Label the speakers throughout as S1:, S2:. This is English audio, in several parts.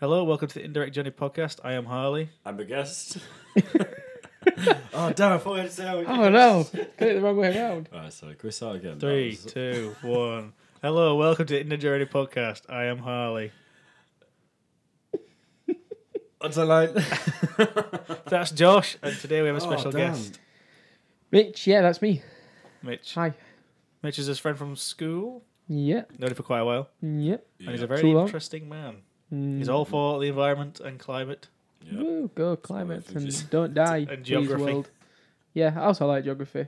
S1: Hello, welcome to the Indirect Journey podcast. I am Harley.
S2: I'm the guest. oh, damn, I thought I'd say I was-
S3: Oh no, did it the wrong way around.
S2: Alright, sorry, can we start again?
S1: Three,
S2: That was-
S1: two, one. Hello, welcome to the Indirect Journey podcast. I am Harley.
S2: What's the line?
S1: That's Josh, and today we have a
S2: Oh,
S1: special
S2: damn.
S1: guest,
S3: Mitch, yeah, that's me.
S1: Mitch.
S3: Hi.
S1: Mitch is his friend from school,
S3: Yep,
S1: known him for quite a while,
S3: yep.
S1: and he's a
S2: Yeah,
S1: very
S3: Too long.
S1: interesting man.
S3: Mm,
S1: He's all for the environment and climate.
S2: yeah.
S3: woo, go
S2: Sorry,
S3: climate
S2: I think
S3: and
S2: just-
S3: don't die.
S1: and
S3: please,
S1: geography.
S3: world. Yeah, I also like geography.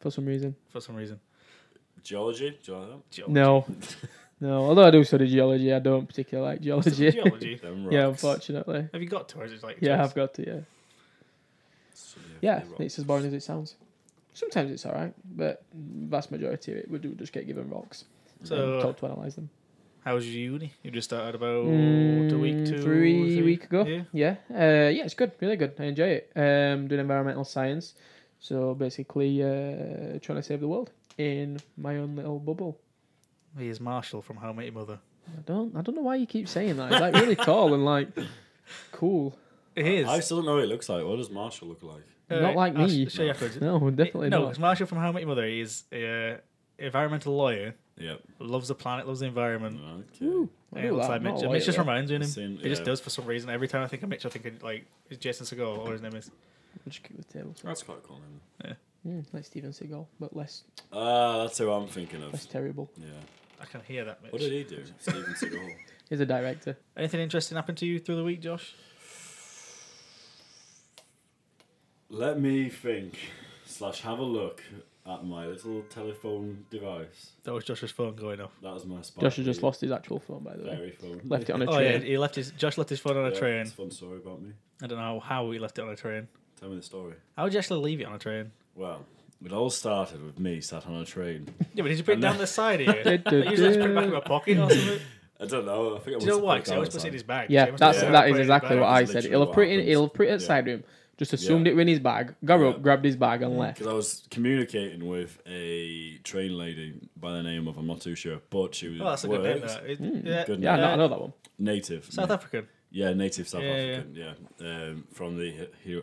S3: For some reason.
S1: For some reason,
S2: Geology? Do you like that?
S1: geology.
S3: No. No, although I do study geology, I don't particularly like
S1: Still
S3: geology.
S1: geology.
S2: Them
S3: yeah,
S2: rocks.
S3: unfortunately.
S1: Have you got to? Or is it like
S3: Yeah,
S1: just-
S3: I've got to, yeah.
S2: So,
S3: Yeah,
S2: the
S3: it's as
S2: rocks.
S3: boring as it sounds. Sometimes it's alright, but vast majority of it we do just get given rocks.
S1: So-
S3: and told to analyse them.
S1: How was your uni? You just started about a
S3: Mm,
S1: week, two,
S3: three week ago.
S1: Yeah.
S3: Yeah, yeah. Uh, yeah, it's good, really good. I enjoy it. Um, doing environmental science, so basically uh, trying to save the world in my own little bubble.
S1: He is Marshall from How I Met Your Mother.
S3: I don't, I don't know why you keep saying that. It's like really tall and like cool.
S1: It is.
S2: Uh, I still don't know what it looks like. What does Marshall look like?
S3: Not like
S1: Uh, I'll
S3: me.
S1: sh- show you afterwards.
S3: No, definitely
S1: no,
S3: not.
S1: it's Marshall from How I Met Your Mother. He's a environmental lawyer,
S2: Yep.
S1: loves the planet, loves the environment.
S2: Okay.
S3: Ooh, I
S1: and
S3: do
S1: looks
S3: that.
S1: like
S3: Not
S1: Mitch.
S3: like
S1: Mitch just
S3: that.
S1: reminds me of him.
S2: Same-
S1: He just
S2: yeah.
S1: does for some reason. Every time I think of Mitch, I think of, like is Jason Segal or his name is.
S3: I'm just keep the table.
S2: That's quite cool. Isn't
S3: Mm, like Steven Seagal, but less
S2: it? Uh, that's who I'm thinking of.
S3: less terrible.
S2: Yeah.
S1: I can hear that
S2: What
S1: Mitch.
S2: did he do? Steven Seagal.
S3: He's a director.
S1: Anything interesting happened to you through the week, Josh?
S2: Let me think, slash, have a look at my little telephone device.
S1: That was Josh's phone going off.
S2: That was my spot.
S3: Josh has just lost his actual phone, by the way.
S2: Very phone.
S3: Left it on a
S1: Oh
S3: train.
S1: yeah, he left his Josh left his phone on a
S2: Yeah,
S1: train.
S2: It's a fun story about me.
S1: I don't know how he left it on a train.
S2: Tell me the story.
S1: How would you actually leave it on a train?
S2: Well, it all started with me sat on a train.
S1: Yeah, but did you put it
S2: And
S1: down
S2: then-
S1: the side here? you?
S3: Du- du-
S1: Usually I just put it
S3: du.
S1: back in my pocket or something.
S2: I don't know. I think I
S1: Do you know
S2: must have
S1: why?
S2: put
S1: Because he always puts it
S2: down
S1: in his bag. so
S3: Yeah,
S1: he must have
S3: that's
S1: put it
S3: that
S1: in
S3: is
S1: his
S3: exactly
S1: bag.
S3: what I
S2: That's
S3: said.
S2: literally
S3: He'll
S2: what
S3: put it.
S2: happens.
S3: He'll put it
S2: Yeah.
S3: aside him. Just assumed it were in his bag. Got up,
S2: Yeah.
S3: grabbed his bag, and left.
S2: Because I was communicating with a train lady by the name of I'm not too sure, but she was
S1: Well, Oh, that's a good name.
S2: worked-
S1: That. It-
S3: Hmm.
S1: yeah,
S2: Good
S3: Yeah, I know,
S1: uh,
S3: I know that one.
S2: native
S1: South
S2: na-
S1: African.
S2: yeah native South
S1: Yeah, yeah.
S2: African yeah, Um, from the Hi- Hi-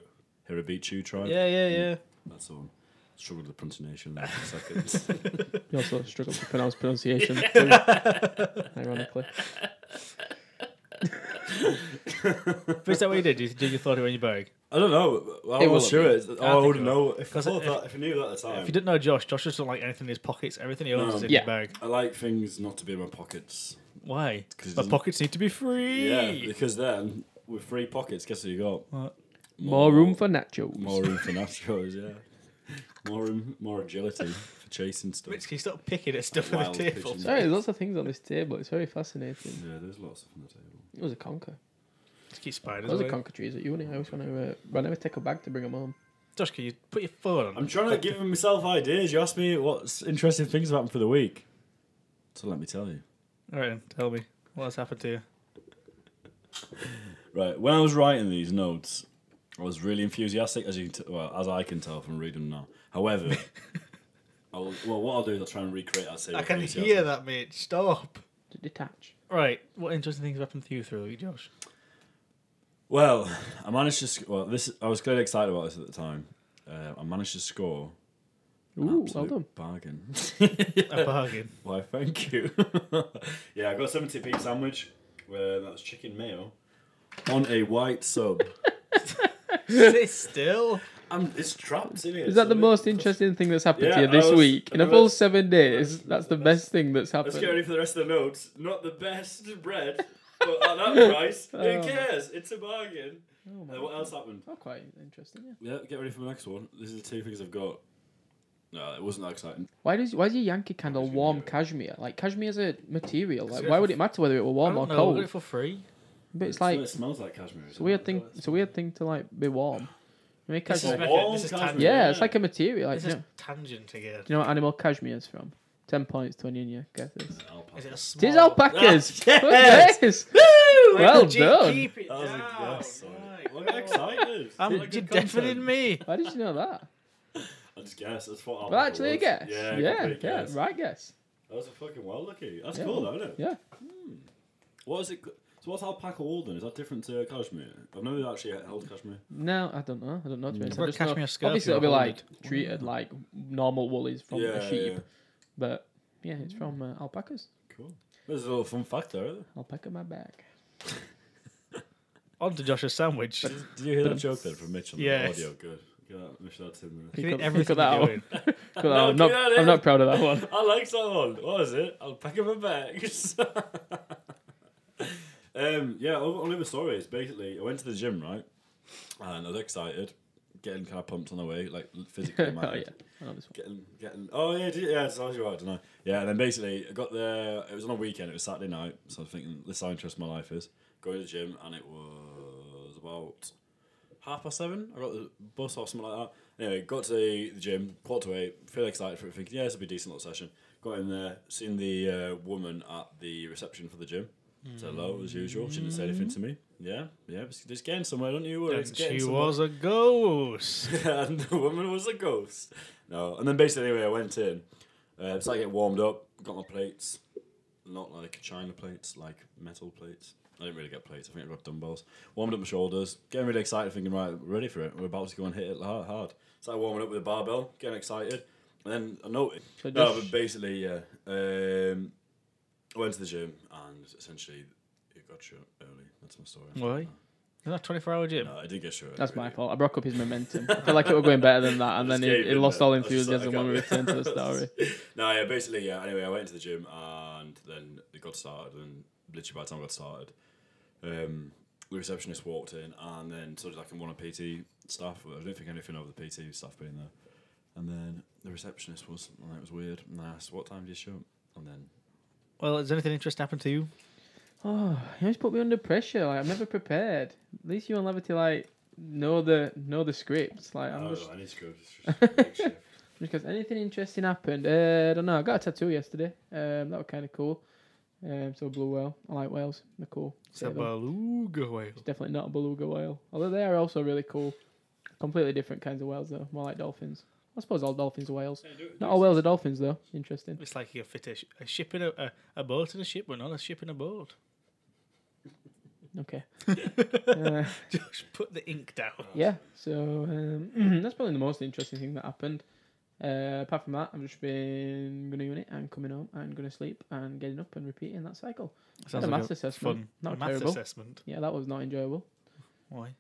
S2: Hirabichu tribe
S1: Yeah, yeah, yeah.
S2: that's the one struggled with pronunciation there for a second
S3: You also struggle to pronounce pronunciation, too, ironically.
S1: But is that what you did? You, did you thought it was in your bag?
S2: I don't know well,
S3: It
S2: I'm not
S3: will
S2: sure it's,
S1: I
S2: oh, I
S1: think
S2: would
S1: it
S2: know if I,
S1: Because
S2: thought
S1: if-
S2: that, if I knew that at the time
S1: If you didn't know Josh, Josh doesn't like anything in his pockets. Everything he owns
S2: No.
S1: is in
S3: Yeah.
S1: his bag.
S2: I like things not to be in my pockets
S1: Why?
S2: 'Cause he
S1: My
S2: doesn't-
S1: pockets need to be free.
S2: yeah because then with free pockets guess what you got
S1: What?
S3: More room for nachos.
S2: more room for nachos yeah more room more agility for chasing stuff
S1: Mitch, can you stop picking at stuff on
S2: Wild
S1: the table?
S2: pigeons.
S3: Sorry, there's lots of things on this table. It's very fascinating.
S2: yeah there's lots of on the table
S3: It was a conker.
S1: Just keep
S3: It
S1: spiders
S3: was a
S1: away.
S3: conker trees at uni. I always want to. Uh, but I never take a bag to bring them home.
S1: Josh, can you put your phone on?
S2: I'm trying to give myself ideas. You asked me what's interesting things happened for the week. So let me tell you.
S1: All right, then, tell me. What has happened to you?
S2: Right, when I was writing these notes, I was really enthusiastic, as you can t- well as I can tell from reading them now. However, I'll, well, what I'll do is I'll try and recreate that same.
S1: I can
S2: enthusiasm.
S1: hear that, Mitch. Stop.
S3: To detach.
S1: Right, what interesting things have happened to you through the week, Josh?
S2: Well, I managed to. Sc- well, this I was clearly excited about this at the time. Uh, I managed to score. an
S3: Ooh, well
S2: absolute
S3: done.
S2: Bargain.
S1: A bargain.
S2: Why, thank you. yeah, I got a 70p sandwich. Where that was chicken mayo on a white sub.
S1: Sit still.
S2: I'm, it's trapped in it.
S3: Is that the most interesting thing that's happened
S2: Yeah,
S3: to you
S2: I
S3: this
S2: was-
S3: week? In a
S2: I
S3: full
S2: was-
S3: seven days, that's the best thing that's
S2: Let's get
S3: happened.
S2: ready for the rest of the notes. Not the best bread, but at that price, who
S3: Oh.
S2: cares? It's a bargain.
S3: Oh, my
S2: Uh, what
S3: God.
S2: else happened?
S3: Oh, quite interesting. Yeah.
S2: Yeah, get ready for the next one. These are the two things I've got. No, it wasn't that exciting.
S3: Why does why is your Yankee candle
S2: Cashmere.
S3: warm cashmere? Like cashmere's a material. Like
S1: it's
S3: why
S1: for-
S3: would it matter whether it were
S1: I
S3: warm or
S1: don't know. we got
S3: cold?
S1: it for free.
S3: But it's like
S2: it smells like cashmere.
S3: it's a weird thing. It's a weird thing to like be warm. I mean,
S1: This is
S3: cashmere.
S1: making-
S2: warm
S1: this is
S2: cashmere.
S1: tangent.
S3: Yeah, it's like a material. Like,
S1: This
S3: you know,
S1: is tangent again.
S3: do you know what animal cashmere is from? Ten points to an union. Get this.
S2: Alpaca.
S1: Is it a
S3: It is
S1: small?
S3: alpacas.
S2: Ah, Oh, yes!
S3: yes.
S1: Woo!
S3: Well
S1: G-
S3: done.
S1: Keep it
S2: That was a
S1: down. Um,
S2: guess, sorry.
S1: Right.
S2: Well, I'm excited.
S1: I'm,
S2: What a
S1: you're
S2: good
S1: deafening
S2: concept.
S1: me.
S3: Why did you know that?
S2: I just guess. That's what
S3: Well, actually, a
S2: was.
S3: guess.
S2: Yeah,
S3: Yeah,
S2: yeah,
S3: yeah,
S2: guess.
S3: right guess.
S2: That was a fucking well lucky. That's
S3: Yeah.
S2: cool, though, isn't it?
S3: Yeah.
S2: Hmm. What is it? So what's alpaca wool then? Is that different to cashmere? I've never actually held cashmere.
S3: No, I don't know. I don't know. To be honest.
S1: I've got
S3: I
S1: a
S3: just know-
S1: cashmere scarf
S3: Obviously,
S1: here,
S3: it'll be
S1: I'll
S3: like
S1: hold
S3: treated like normal woolies from
S2: yeah,
S3: a sheep,
S2: yeah,
S3: but yeah, it's from uh, alpacas.
S2: cool. There's a little fun fact there. Isn't
S3: Alpaca my back.
S1: On to Josh's sandwich.
S2: there? Did, did you hear that joke there from Mitch on
S1: Yes.
S2: the audio? Good. Get that, Mitch, that's him.
S1: You think
S3: cut-
S1: everything
S3: cut that
S1: you're
S3: out.
S1: doing.
S3: Good, I'm not.
S2: do that, eh?
S3: I'm not proud of that one.
S2: I like that one. What is it? I'll pack up my bags. um, yeah, all, all of the story is basically I went to the gym, right? And I was excited, getting kind of pumped on the way, like physically. in my
S3: oh yeah,
S2: head.
S3: I know this one.
S2: Getting, getting. Oh yeah, did, yeah. So I was right, didn't I? Yeah. And then basically, I got there. It was on a weekend. It was Saturday night, so I was thinking this is how interesting my life is. Going to the gym, and it was about half past seven. I got the bus or something like that. Anyway, got to the gym, quarter to eight. Feel excited for it, thinking yeah, this will be a decent little session. Got in there, seen the uh, woman at the reception for the gym. Said hello as usual. She didn't say anything to me. Yeah, yeah. It's, it's getting somewhere, don't you worry. It's
S1: And
S2: Oh, getting
S1: Mm. she
S2: somewhere
S1: was a ghost.
S2: and the woman was a ghost. No, and then basically anyway, I went in. Uh, so I get warmed up, got my plates, not like china plates, like metal plates. I didn't really get plates. I think I got dumbbells. Warmed up my shoulders, getting really excited, thinking right, we're ready for it. We're about to go and hit it hard. hard. So I warming up with a barbell, getting excited, and then I noticed.
S3: So
S2: No,
S3: Josh-
S2: but basically, yeah. Um, I went to the gym and essentially it got shut early. That's my story.
S1: Why? Isn't that 24 hour gym?
S2: No, I did get shut.
S3: That's
S2: early.
S3: my fault. I broke up his momentum. I feel like it was going better than that, and
S2: Just
S3: then
S2: gave
S3: he, he
S2: in
S3: lost
S2: there.
S3: all
S2: I was just like,
S3: enthusiasm
S2: I
S3: when we
S2: can't-
S3: returned to the story.
S2: no, yeah, basically, yeah. Anyway, I went to the gym and then it got started, and literally by the time I got started, um, the receptionist walked in, and then so did like one of PT staff. I don't think anything over the PT staff being there, and then the receptionist was, and it was weird. And I asked, "What time do you show?" up?" And then
S1: Well, has anything interesting happened to you?
S3: Oh, you always put me under pressure. Like I'm never prepared. At least you and Levity like know the know the scripts. Like I'm just
S2: "Oh, I need to go. Just, just
S3: Because anything interesting happened? Uh, I don't know. I got a tattoo yesterday. Um, that was kind of cool. Um, so blue whale. I like whales. They're cool.
S1: It's a
S3: Save 'em.
S1: beluga whale.
S3: It's definitely not a beluga whale. Although they are also really cool. Completely different kinds of whales though. More like dolphins. I suppose all dolphins are whales. Not all whales are dolphins though. Interesting.
S1: It's like you fit a, sh- a ship in a, a, a boat in a ship, but not a ship in a boat.
S3: Okay. Uh,
S1: Just put the ink down.
S3: yeah. So um, that's probably the most interesting thing that happened. Uh, apart from that, I've just been going to uni and coming home and going to sleep and getting up and repeating that cycle. Had a maths assessment.
S1: Fun.
S3: Not
S1: a maths
S3: terrible.
S1: assessment.
S3: Yeah, that was not enjoyable.
S1: Why?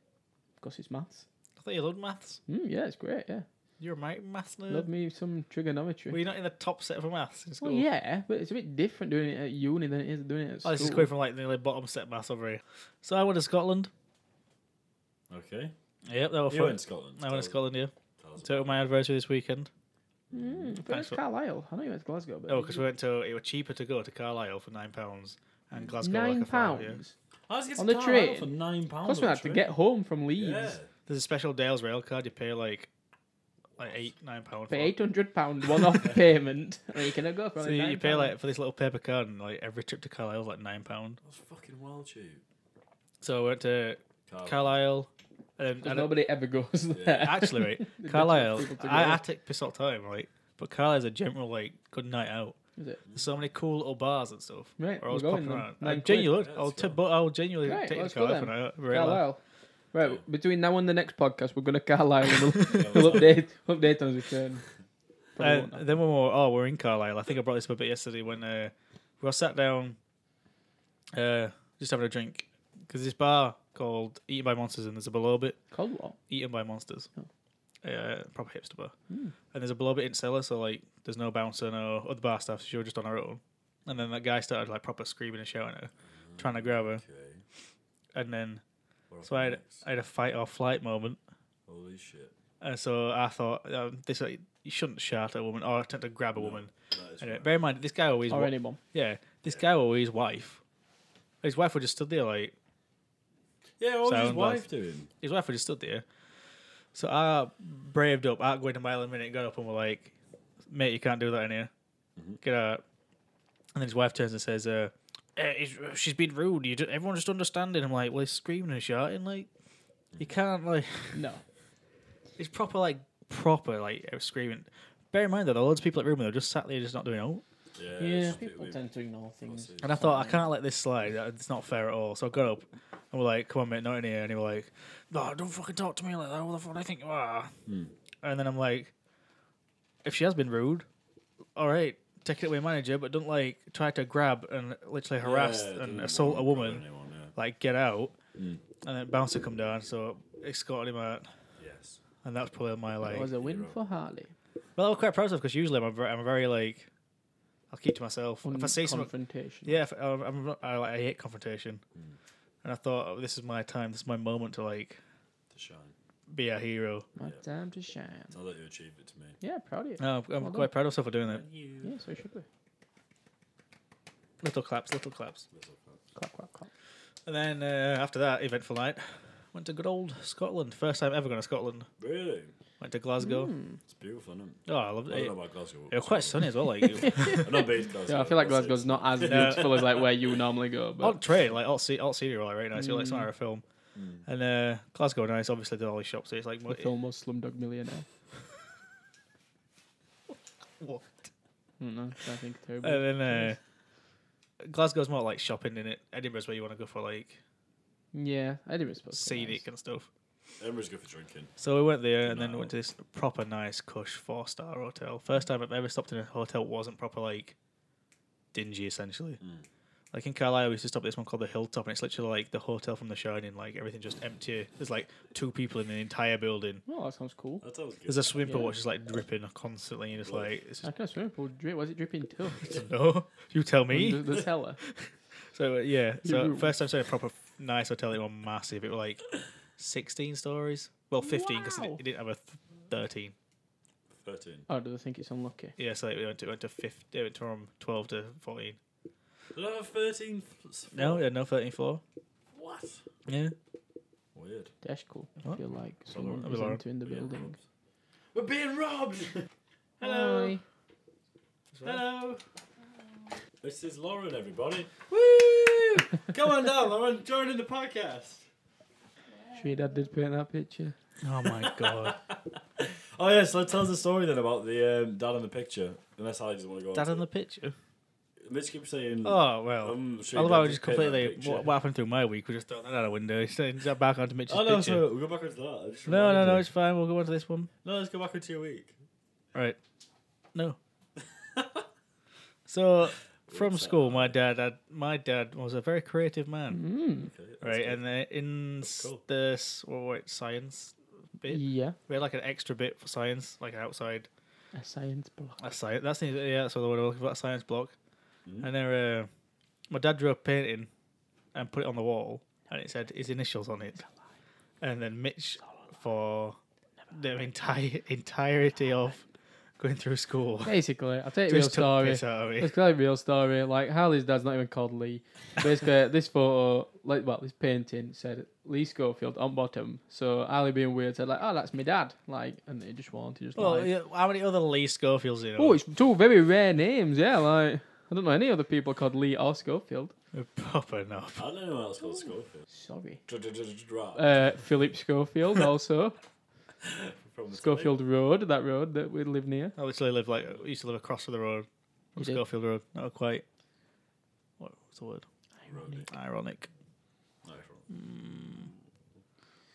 S3: because it's maths.
S1: I thought you loved maths.
S3: Mm, yeah, it's great. Yeah,
S1: You're a ma- maths nerd.
S3: love me some trigonometry.
S1: Were you not in the top set for maths in school?
S3: well, yeah, but it's a bit different doing it at uni than it is doing it at
S1: Oh,
S3: school.
S1: this is coming from like the bottom set maths over here. So I went to Scotland.
S2: okay.
S1: Yep, they were
S2: You
S1: fun.
S2: went to Scotland.
S1: I went to Scotland, yeah.
S2: Tell us
S1: So it was my anniversary this weekend.
S3: Mm, but
S1: Thanks
S3: it's
S1: for-
S3: Carlisle. I know you went to Glasgow, but
S1: Oh, because we went to, it was cheaper to go to Carlisle for £9 and Glasgow. like
S3: nine
S1: a fiver,
S3: pounds.
S1: yeah. Oh,
S2: I was getting
S3: On the train.
S2: for nine pounds.
S3: Plus,
S2: on the
S3: we had to
S2: train.
S3: get home from Leeds.
S2: Yeah.
S1: There's a special Dales rail card you pay like like eight, nine pounds for.
S3: Pay eight hundred pound one off payment, and you can go for
S1: So
S3: only
S1: you,
S3: nine
S1: you pay
S3: pound.
S1: like for this little paper card and like every trip to Carlisle was like nine pounds.
S2: That's fucking well cheap.
S1: So I went to
S2: Carl.
S1: Carlisle and,
S3: 'Cause
S1: and
S3: nobody ever goes there.
S1: actually right,
S3: They
S1: Carlisle
S3: just want people to go.
S1: I, I take piss all the time, right? But Carlisle's a general like good night out.
S3: Is it?
S1: There's so many cool little bars and stuff.
S3: Right,
S1: Where I was
S3: we're
S1: popping
S3: going then.
S1: around.
S3: Nine
S1: I genuinely,
S2: quid. Yeah,
S1: I'll,
S2: that's
S1: t-
S2: cool.
S1: but I'll genuinely
S3: Right,
S1: take
S3: let's
S1: the
S3: go
S1: Carlisle
S3: then.
S1: for an hour. Very well.
S3: Carlisle. Right,
S2: Yeah.
S3: between now and the next podcast, we're going to Carlisle and we'll, we'll update, update on his return. Probably
S1: Uh,
S3: won't
S1: then when we were oh we're in Carlisle, I think I brought this up a bit yesterday when uh, we were sat down, uh, just having a drink because this bar called Eaten by Monsters and there's a below bit
S3: Cold War.
S1: Eaten by Monsters,
S3: Oh. Hmm.
S1: uh, proper hipster bar, and there's a below bit in cellar, so like there's no bouncer, no other bar staff, so she was just on her own, and then that guy started like proper screaming and shouting at her, trying to grab her,
S2: Okay.
S1: and then
S2: We're up
S1: so I had,
S2: next.
S1: I had a fight or flight moment.
S2: Holy shit.
S1: And Uh, so I thought um, this like, you shouldn't shout at a woman or attempt to grab a woman.
S2: That is
S1: Anyway,
S2: right.
S1: bear in mind this guy always
S3: Or
S1: wa-
S3: anyone.
S1: Yeah, this guy or his wife. His wife would just stood there like
S2: Yeah, what was his
S1: Sound
S2: wife
S1: off.
S2: doing?
S1: his wife would just stood there. So I braved up. I went a mile a minute, got up and were like, "Mate, you can't do that in here. Get out." And then his wife turns and says, "Uh, eh, it's- she's been rude. You just, everyone just understanding." I'm like, "Well, he's screaming and shouting. Like, you can't like."
S3: No.
S1: It's uh, proper like proper like screaming. Bear in mind that there are loads of people at the room and they're just sat there just not doing out.
S2: Yeah,
S3: Yeah,
S2: it's-
S3: people
S2: we-
S3: tend to ignore things.
S1: And I thought I can't let this slide. Uh, It's not fair at all. So I got up and we're like, "Come on, mate, not in here." And he was like, "No, don't fucking talk to me like that. Who the fuck do you think you are?"
S2: Hmm.
S1: And then I'm like, "If she has been rude, all right, take it away, manager, but don't like try to grab and literally harass
S2: Yeah,
S1: and
S2: doesn't
S1: assault a
S2: want to
S1: woman.
S2: grab anyone, yeah. Hmm.
S1: Like, get out." And then bouncer come down, so escorted him out,
S2: Yes.
S1: and that's probably my like.
S3: It was a win
S2: hero.
S3: for Harley.
S1: Well, I'm quite proud of because usually I'm very, I'm very like, I'll keep to myself. If I say something,
S3: confrontation.
S1: yeah, if, I, I'm, not- I, like, I hate confrontation, and I thought oh, this is my time, this is my moment to like
S2: To shine.
S1: be a hero.
S3: My
S2: Yeah.
S3: time to shine.
S2: It's not that you achieved it to me.
S3: Yeah, proud of you.
S1: No, I'm, I'm
S3: Well
S1: quite proud of myself for doing that.
S2: You.
S3: Yeah, so should we.
S1: Little claps, little claps.
S3: Clap, clap, clap.
S1: And then uh, after that eventful night, went to good old Scotland. First time ever going to Scotland.
S2: Really?
S1: Went to Glasgow.
S3: Mm. Hmm.
S2: It's beautiful, isn't it?
S1: Oh, I loved
S2: I don't
S1: it.
S2: know about Glasgow.
S1: It was quite sunny as well. Like it was-
S2: I'm not based in Glasgow.
S3: Yeah, I feel like
S2: that's it.
S3: Glasgow's not as beautiful as like where you normally go,
S1: on
S3: but
S1: train, like alt city, alt city, were, like right nice. You're like it's not a film. And uh, Glasgow, nice. Obviously, did all these shops. So it's like
S3: the
S1: what-
S3: film was Slumdog Millionaire.
S1: what?
S3: I don't know. I think terrible.
S1: And then uh, Glasgow's more like shopping in it. Edinburgh's where you want to go for like
S3: yeah, I didn't suppose.
S1: scenic and stuff.
S2: Edinburgh's good for drinking.
S1: So we went there and
S2: Good
S1: then
S2: night
S1: went to this proper nice cush four star hotel. First time I've ever stopped in a hotel that wasn't proper like dingy essentially. Like in Carlisle, we used to stop at this one called the Hilltop, and it's literally like the hotel from The Shining. Like everything just empty. There's like two people in the entire building.
S3: Well, that sounds cool.
S2: That sounds good.
S1: There's a swimming pool
S3: Yeah.
S1: which is like dripping constantly, and it's like it's
S3: I
S1: just
S3: can swimming pool drip. Was it dripping too?
S1: no. You tell
S3: the,
S1: me.
S3: the cellar.
S1: So uh, yeah, so
S3: You-
S1: first time staying at a proper f- nice hotel. It was massive. It was like sixteen stories. Well, fifteen because
S3: Wow.
S1: it, it didn't have a th- thirteen.
S2: 13.
S3: Oh, do they think it's unlucky?
S1: Yeah, so it went to went to fifth. It went from twelve to fourteen.
S2: Did I have 13?
S1: No, yeah, no thirteen floor.
S2: What?
S1: Yeah,
S2: Weird.
S3: That's cool. I
S1: What?
S3: feel like someone
S1: Hello.
S3: is
S1: Hello.
S3: entering the
S2: Weird.
S3: building.
S2: We're being robbed!
S1: Hello.
S3: Hi.
S2: Hello. This is Lauren, everybody. Woo! Come on down, Lauren. Join in the podcast.
S3: Trinidad did paint that picture.
S1: Oh my god,
S2: Oh yes, so tell us a story then about the um, dad in the picture. Unless I just want to go.
S1: dad
S2: on
S1: in
S2: to
S1: the picture.
S2: it. Mitch keeps saying.
S1: Oh well.
S2: um, she
S1: I love how we
S2: did
S1: just
S2: paint that
S1: completely
S2: picture.
S1: what, what happened through my week. We just thrown that out a window. It's it's back onto Mitch's
S2: Oh no,
S1: picture.
S2: so we'll go back onto that. I just
S1: no, no,
S2: reminded
S1: no.
S2: you.
S1: It's fine. We'll go on to this one.
S2: No, let's go back onto your week.
S1: Right. No. so from
S2: uh,
S1: school, my dad, had, my dad was a very creative man.
S3: Hmm.
S2: Okay, Mm, that's
S1: Right,
S2: good.
S1: and then in s-
S2: cool.
S1: the s- what were it, science bit,
S3: Yeah,
S1: we had like an extra bit for science, like an outside
S3: a science block.
S1: a science. That's the, yeah, that's the word I'm looking for, a science block.
S2: Mm.
S1: And then uh, my dad drew a painting and put it on the wall, and it said his initials on it. And then Mitch, for the entire entirety of going through school,
S3: Basically, I'll take a real
S1: just took the
S3: story.
S1: piss out of me.
S3: It's kind of a real story. Like Harley's dad's not even called Lee. Basically, this photo, like well, this painting said Lee Schofield on bottom. So Harley being weird said like, "Oh, that's my dad." Like, and he just wanted just
S1: Well,
S3: like,
S1: yeah, how many other Lee Schofields do you know?
S3: oh, it's two very rare names. Yeah, like I don't know any other people called Lee or Schofield.
S1: proper enough.
S2: I don't know what else called Schofield.
S3: Sorry,
S2: Dra- dra- dra- dra- dra-
S3: uh, Philip Schofield also
S2: from the
S3: Schofield Road, that road that we live near.
S1: I literally live like I used to live across from the road, from
S3: You did?
S1: Schofield Road. Not quite. What was the word?
S2: telly. Roadie.
S1: Ironic.
S2: No, from.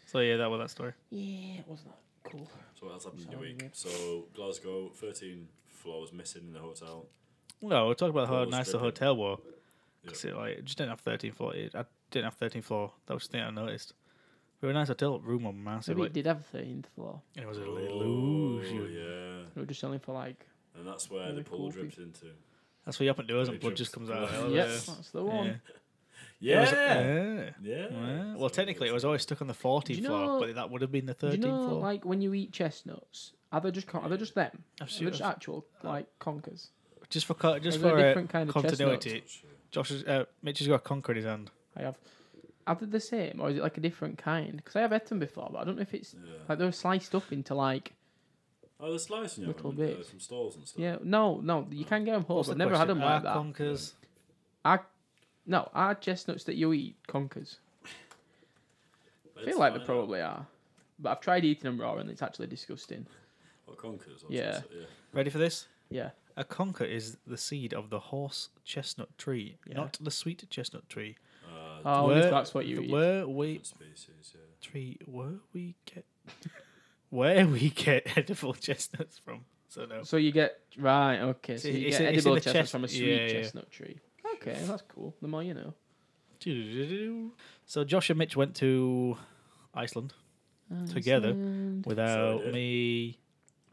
S1: So yeah, that was that story.
S3: Yeah, wasn't that cool?
S2: So what else happened in your
S3: Sorry,
S2: week?
S3: yeah.
S2: So Glasgow, 13 floors missing in the hotel.
S1: No, we're talking about how
S2: Well,
S1: nice the
S2: stripping.
S1: hotel was. Cause it like it just didn't have 13 floor. It, I didn't have 13 floor. That was the thing I noticed. We were a nice hotel room was massive.
S3: Maybe it
S1: Like,
S3: did have a 13th floor.
S1: it was an
S2: Oh,
S1: illusion.
S2: yeah.
S3: They were just selling for like,
S2: And that's where the
S3: Very
S2: pool
S3: cool
S2: drips into.
S1: That's where you open doors and
S2: Very
S1: blood
S2: true.
S1: just comes out. of
S3: yep,
S1: the
S3: that's the one.
S1: elevator. Yeah. It was-
S2: Yeah!
S1: yeah.
S2: Yeah.
S1: Yeah.
S2: So
S1: Well, technically, it was always stuck on the
S3: Do
S1: 14th
S3: you
S1: floor,
S3: know-
S1: but that would have been the
S3: Do
S1: 13th
S3: you know,
S1: floor.
S3: like when you eat chestnuts, are they just con- are they just them? Are they
S1: Absolutely.
S3: just actual like conkers?
S1: Just for co- just
S3: Are there
S1: for uh,
S3: different kind of
S1: continuity, Josh has, uh, Mitch has got a conker in his hand.
S3: I have. Are they the same or is it like a different kind? Because I have had them before, but I don't know if it's
S2: Yeah.
S3: like they were sliced up into like
S2: Oh, they're slicing it
S3: Little
S2: from, uh,
S3: bits.
S2: from stalls and stuff.
S3: yeah. No, no, you can get them whole.
S1: What's
S3: but
S1: the
S3: I've never had
S1: question?
S3: them like
S1: Are
S3: that.
S1: Conkers.
S3: Are, no, are chestnuts that you eat conkers? I
S2: Let's
S3: feel like they
S2: find
S3: probably are, but I've tried eating them raw and it's actually disgusting.
S2: out. Or conkers. Or
S3: Yeah.
S2: something,
S1: Ready for this?
S3: Yeah,
S1: A conker is the seed of the horse chestnut tree,
S3: Yeah.
S1: not the sweet chestnut tree.
S2: Uh,
S3: Oh,
S1: Where-
S3: if that's what you
S1: The
S3: eat.
S1: where we
S2: different species, yeah.
S1: tree where we get where we get edible chestnuts from. So no.
S3: So you get right, okay. So
S1: It's-
S3: you
S1: it's
S3: get
S1: in- it's in
S3: edible
S1: the
S3: chestnuts
S1: chest-
S3: from a sweet
S1: yeah, yeah.
S3: chestnut tree. Okay, that's cool. The more you know.
S1: So Josh and Mitch went to Iceland
S3: Oh,
S1: Together. without
S2: did.
S1: me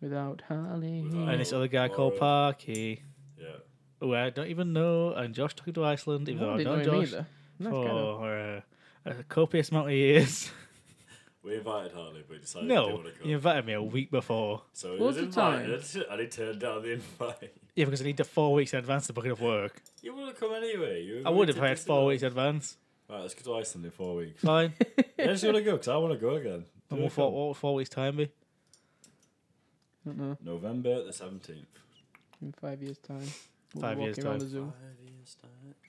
S3: Without Harley.
S2: Without-
S1: and this other guy called Parky,
S2: Yeah.
S1: who I don't even know, and Josh took him to Iceland, even though
S3: I
S1: I've known
S3: didn't know him
S1: Josh
S3: either. Nice guy, though.
S1: for uh, a copious amount of years.
S2: We invited Harley, but he decided he didn't
S1: no,
S2: want to come.
S1: you invited me a week before.
S2: So he
S3: Loads
S2: was
S3: of time.
S2: invited, and he turned down the invite.
S1: Yeah, because I need to four weeks in advance to book it off work.
S2: You would have come anyway. You
S1: I would have
S2: invited
S1: had
S2: us
S1: four
S2: all.
S1: weeks in advance.
S2: Right, let's go to Iceland in four weeks.
S1: Fine.
S2: I just want to go because I want to go again.
S1: and what, what, what would four weeks time be?
S3: I don't know.
S2: November the 17th.
S3: In five years' time. We'll be
S1: Five years'
S3: walking
S1: time.
S3: around the zoo.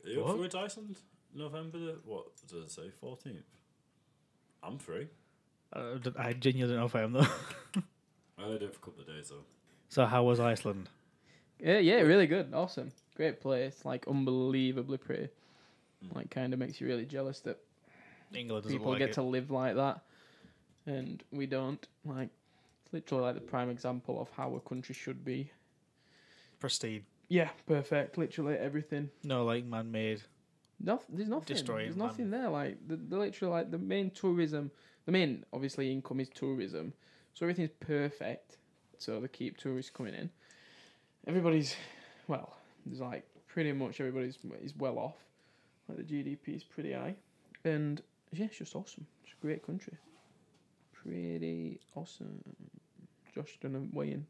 S2: Are you up
S1: What?
S2: for going to Iceland? November the, what does it say? 14th? I'm free.
S1: Uh, I genuinely don't know if I am though.
S2: I only do it for a couple of days though.
S1: So how was Iceland?
S3: Yeah, yeah, really good. Awesome. Great place. Like, unbelievably pretty. Like, kind of makes you really jealous that
S1: England Mm. doesn't
S3: people
S1: like
S3: get
S1: it.
S3: to live like that and we don't. Like, it's literally like the prime example of how a country should be.
S1: pristine.
S3: Yeah, perfect. Literally everything.
S1: No, like man-made.
S3: Noth- there's nothing.
S1: Destroying
S3: there's nothing there. Like the, the literally like the main tourism, the main obviously income is tourism, so everything's perfect. So they keep tourists coming in. Everybody's, well, there's like pretty much everybody's is well off. Like the GDP is pretty high, and yeah, it's just awesome. It's a great country. Pretty awesome. Josh gonna weigh in.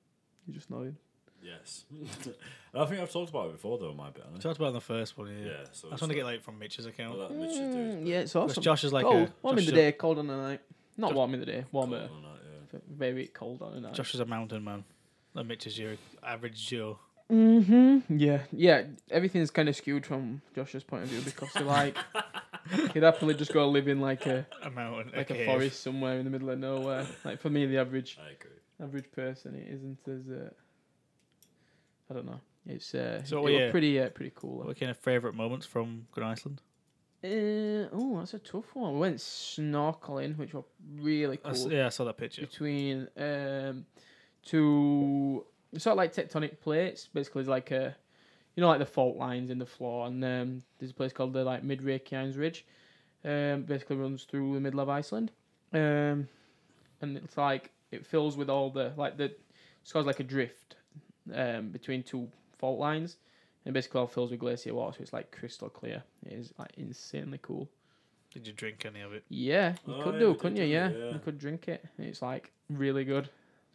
S3: He's just nodding.
S2: Yes. I think I've talked about it before though, my bit.
S1: We talked about it on the first one. Yeah.
S2: Yeah, so
S1: I just want to get like from Mitch's account.
S2: well, that Mitch should do his
S3: Mm, yeah, it's
S1: Because
S3: awesome.
S1: Josh is like
S3: cold.
S1: a
S3: warm in
S1: Josh
S3: the
S1: is
S3: day, cold on the night. Not
S1: Josh-
S3: warm in the day,
S2: bit.
S3: warmer.
S2: Cool on that, yeah.
S3: very cold on a night.
S1: a, Josh is a mountain man. And Mitch is your average Joe.
S3: hmm Yeah, yeah. Everything's kind of skewed from Josh's point of view because they're like he'd happily just go live in like a
S1: A mountain.
S3: like a
S1: cave.
S3: forest somewhere in the middle of nowhere. Like for me, the average
S2: I agree.
S3: average person, it isn't as uh, I don't know. It's uh,
S1: So,
S3: it were
S1: yeah.
S3: pretty uh, pretty cool.
S1: What kind of favourite moments from Good Iceland?
S3: Uh, oh, that's a tough one. We went snorkeling, which were really
S1: I s-
S3: cool.
S1: yeah, I saw that picture.
S3: between um two sort of like tectonic plates basically it's like a you know like the fault lines in the floor and um, there's a place called the like Midrakeins Ridge um basically runs through the middle of Iceland um and it's like it fills with all the like the it's caused like a drift um between two fault lines and basically all fills with glacier water so it's like crystal clear it is like insanely cool
S1: Did you drink any of it?
S3: yeah you
S2: Oh, yeah,
S3: could
S2: we
S3: do
S2: could
S3: couldn't you
S2: do,
S3: yeah.
S2: yeah.
S3: you could drink it it's like really good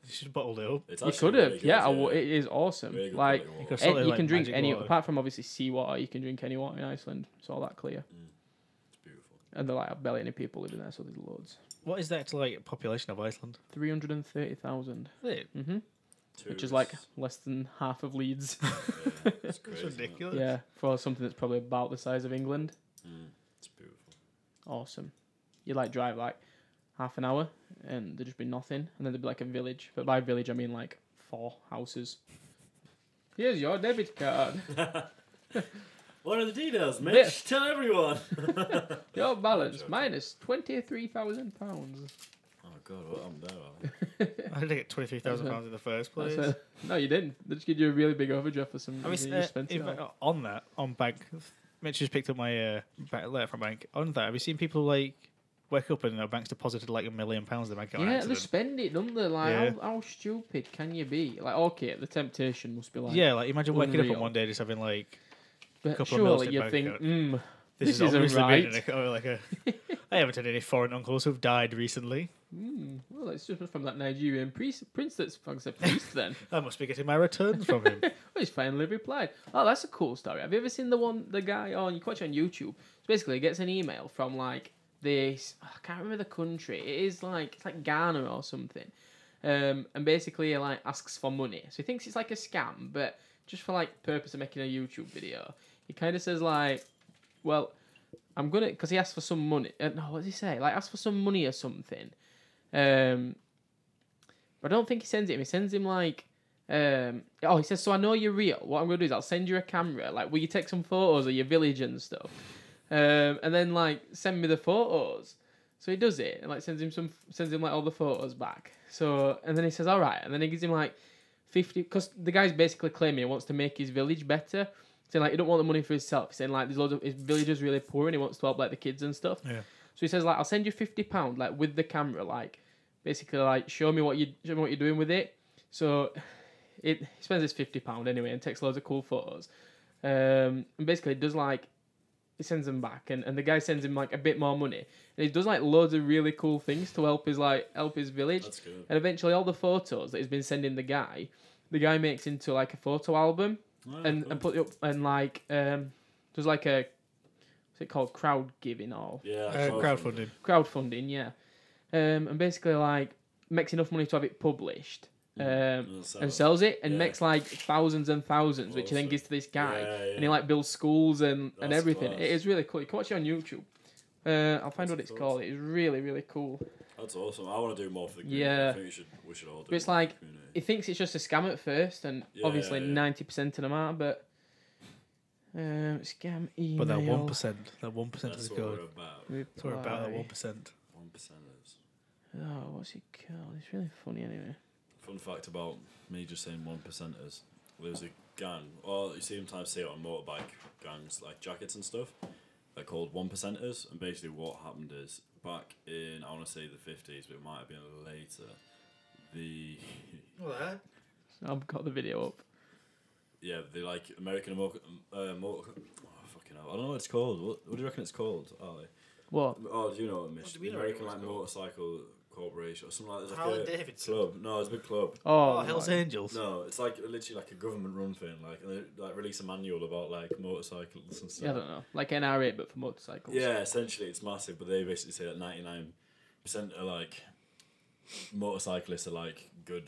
S1: You should have bottled it up.
S2: It's
S3: you
S2: actually
S3: could have,
S2: really good,
S3: yeah. I w- it is awesome.
S2: Really good
S3: like,
S2: quality
S1: You
S2: water.
S1: could
S3: eh,
S1: sort of,
S3: you
S1: like,
S3: can drink
S1: magic
S3: any,
S1: water.
S3: apart from obviously seawater. You can drink any water in Iceland. It's all that clear,
S2: It's beautiful.
S3: and there are like barely any people living there, so there's loads.
S1: What is that like population of Iceland?
S3: Three hundred and thirty thousand,
S1: It,
S3: mm-hmm. which
S2: Tourists.
S3: is like less than half of Leeds.
S2: Yeah, it's
S1: it's
S2: crazy. isn't it?
S1: ridiculous.
S3: yeah, for something that's probably about the size of England.
S2: Mm, it's beautiful.
S3: Awesome. You like drive like half an hour, and there'd just be nothing, and then there'd be like a village. But by village, I mean like four houses. Here's your debit card.
S2: What are the details, Mitch? Tell everyone.
S3: Your balance
S2: joking.
S3: minus twenty three thousand pounds.
S2: Oh god, what happened there? Alan?
S1: I had to get twenty three thousand pounds in the first place.
S3: That's it. no, you didn't. They just give you a really big overdraft for some
S1: I
S3: reason.
S1: mean,
S3: you
S1: uh,
S3: just spent it
S1: if-
S3: all.
S1: uh, on that, on bank, Mitch has picked up my uh, ba- letter from bank. On that, have you seen people like wake up and their bank's deposited like a million pounds in their bank on
S3: Yeah, they
S1: accident?
S3: spend it, don't they? Like,
S1: Yeah.
S3: how, how stupid can you be? Like, okay, the temptation must be like,
S1: yeah, like imagine waking up
S3: unreal.
S1: on one day just having like
S3: but
S1: couple of
S3: surely
S1: mills in
S3: you
S1: bank
S3: think,
S1: account.
S3: mm,
S1: this,
S3: This
S1: is,
S3: isn't
S1: obviously made in
S3: right.
S1: a- oh, like a. I haven't had any foreign uncles who've died recently.
S3: mm, well, it's just from that Nigerian priest, prince that's fucks a priest then.
S1: I must be getting my returns from him. Uh,
S3: Well, he's finally replied. Oh, that's a cool story. Have you ever seen the one, the guy on, you can watch it on YouTube. So basically, he gets an email from like this, oh, I can't remember the country. It is like, it's like Ghana or something. Um, and basically, he like asks for money. So he thinks it's like a scam, but just for like purpose of making a YouTube video, he kind of says like, well, I'm gonna, because he asked for some money. Uh, no, what does he say? Like, ask for some money or something. Um, but I don't think he sends it him. He sends him like, uh, Um, oh, he says, so I know you're real. What I'm going to do is I'll send you a camera. Like, will you take some photos of your village and stuff? Um, and then like send me the photos. So he does it and like sends him some, sends him like all the photos back. So and then he says, all right. And then he gives him like fifty because the guy's basically claiming he wants to make his village better. Saying like he don't want the money for himself. He's saying like there's loads of his village is really poor and he wants to help like the kids and stuff.
S1: Yeah.
S3: So he says like I'll send you fifty pound like with the camera like basically like show me what you show me what you're doing with it. So it he spends his fifty pound anyway and takes loads of cool photos. Um, and basically does like he sends them back and, and the guy sends him like a bit more money and he does like loads of really cool things to help his like help his village
S2: That's good.
S3: and eventually all the photos that he's been sending the guy the guy makes into like a photo album
S2: Oh,
S3: and,
S2: cool.
S3: and put it up and like um does like a what's it called crowd giving or
S2: yeah,
S1: Uh, crowdfunding.
S3: crowdfunding yeah um and basically like makes enough money to have it published um
S2: And sell
S3: and
S2: it.
S3: sells it and
S2: Mm. Yeah.
S3: makes like thousands and thousands, which he then
S2: Awesome.
S3: gives to this guy,
S2: Yeah,
S3: and
S2: yeah.
S3: he like builds schools and, and
S2: That's
S3: everything.
S2: class.
S3: It is really cool. You can watch it on YouTube. Uh, I'll
S2: That's
S3: find what it's
S2: class.
S3: called. It's really really cool.
S2: That's awesome. I want to do more for the community.
S3: Yeah.
S2: I think we should, we should all do
S3: But it's
S2: more for
S3: like-
S2: the community.
S3: He thinks it's just a scam at first, and
S2: Yeah,
S3: obviously
S2: yeah.
S3: ninety percent of them are. But um, scam email.
S1: But that one percent, that one percent
S2: That's
S1: is
S2: what we're
S1: good.
S2: about.
S1: So we're about that
S3: reply.
S1: one percent.
S2: One percenters.
S3: Oh, what's it called? It's really funny anyway.
S2: Fun fact about me just saying one percenters. There was a gang, or you sometimes see it on motorbike gangs, like jackets and stuff. They're called one percenters, and basically what happened is back in I want to say the fifties, but it might have been later. The
S3: I've got the video up.
S2: yeah, the like American motor, uh, motor oh, fucking hell. I don't know what it's called. What, what do you reckon it's called, Ali?
S3: What?
S2: Oh, do you know what, Mitch?
S4: do we
S2: The
S4: know
S2: American
S4: what
S2: like
S4: it's called?
S2: motorcycle corporation or something like that.
S4: Harley
S2: like a
S4: Davidson.
S2: club. No, it's a big club.
S3: Oh,
S1: Oh, Hell's
S3: right.
S1: Angels.
S2: No, it's like literally like a government run thing, like and they like release a manual about like motorcycles and
S3: Yeah, I
S2: stuff.
S3: don't know, like NRA but for motorcycles.
S2: Yeah, essentially it's massive, but they basically say that ninety nine percent of like motorcyclists are like good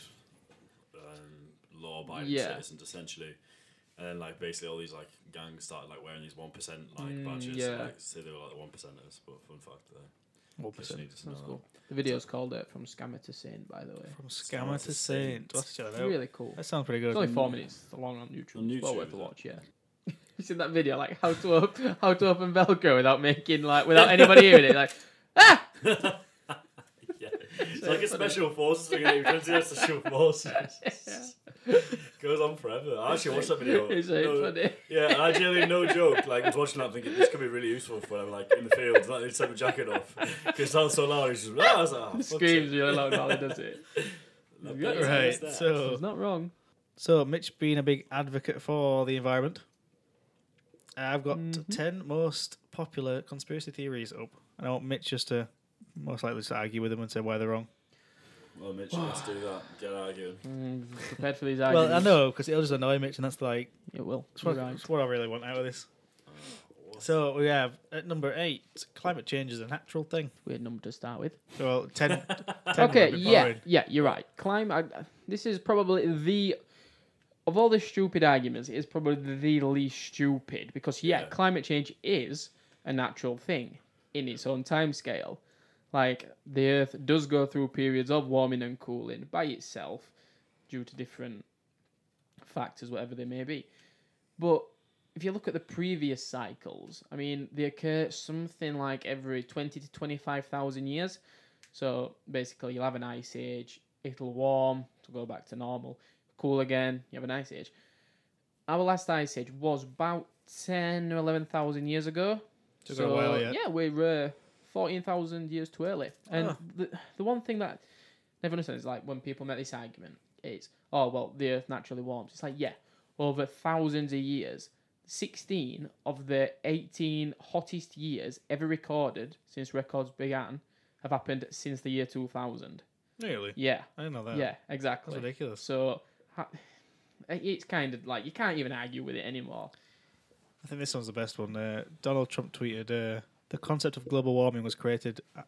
S2: um, law abiding
S3: Yeah.
S2: citizens essentially. And then like basically all these like gangs started like wearing these one percent like
S3: Mm,
S2: badges.
S3: yeah.
S2: Like say they were like the one percenters, but fun fact there.
S1: One
S2: Just
S1: percent.
S2: needed to know
S3: That's
S2: that.
S3: cool. The video's called it From Scammer to Saint, by the way.
S1: From scammer to saint. Let's check that out.
S3: Really cool.
S1: That sounds pretty good.
S3: It's only four minutes long on YouTube.
S2: On
S3: it's well
S2: YouTube,
S3: worth a
S2: is it?
S3: watch, yeah. you seen that video, like how to op- how to open Velcro without making like without anybody hearing it, like
S2: Yeah. It's like a special forces thing that you've done to special forces. Goes on forever. I actually watched that video.
S3: It's so
S2: No,
S3: funny.
S2: Yeah, and I genuinely no joke. Like I was watching that thinking this could be really useful for them, like in the fields. Like they took my jacket off because it sounds so loud. It's just ah, I was like, ah, fuck's
S3: Screams
S2: sake.
S3: really loud while he does it.
S2: I bet
S3: Right,
S2: it's
S1: Right.
S2: there.
S1: So
S3: It's not wrong.
S1: So Mitch being a big advocate for the environment, I've got ten most popular conspiracy theories up, and I want Mitch just to most likely just argue with them and say why they're wrong.
S2: well, Mitch, let's do that. Get arguing.
S3: Mm, prepared for these
S1: Well,
S3: arguments.
S1: I know because it'll just annoy Mitch, and that's like
S3: it will.
S1: that's
S3: You're
S1: what,
S3: right.
S1: that's what I really want out of this. So we have at number eight, climate change is a natural thing.
S3: Weird number to start with.
S1: Well, ten. 10 would
S3: Okay,
S1: be
S3: yeah,
S1: boring.
S3: yeah, you're right. Climate. I, this is probably the of all the stupid arguments, it is probably the least stupid because yeah,
S2: Yeah.
S3: climate change is a natural thing in its own time scale. Like the Earth does go through periods of warming and cooling by itself due to different factors, whatever they may be. But if you look at the previous cycles, I mean, they occur something like every 20 to 25,000 years. So basically, you'll have an ice age, it'll warm, it'll go back to normal, cool again, you have an ice age. Our last ice age was about 10 or 11,000 years ago.
S1: Took a while, yeah.
S3: Yeah, we're uh, 14,000 years too early. And
S1: Ah.
S3: the, the one thing that I never understand is like when people make this argument is, oh, well, the earth naturally warms. It's like, yeah, over thousands of years, 16 of the 18 hottest years ever recorded since records began have happened since the year 2000.
S1: Really,
S3: Yeah,
S1: I didn't know that.
S3: yeah,
S1: that's
S3: exactly.
S1: ridiculous.
S3: So ha- it's kind of like you can't even argue with it anymore.
S1: I think this one's the best one. Uh, Donald Trump tweeted uh, the concept of global warming was created uh,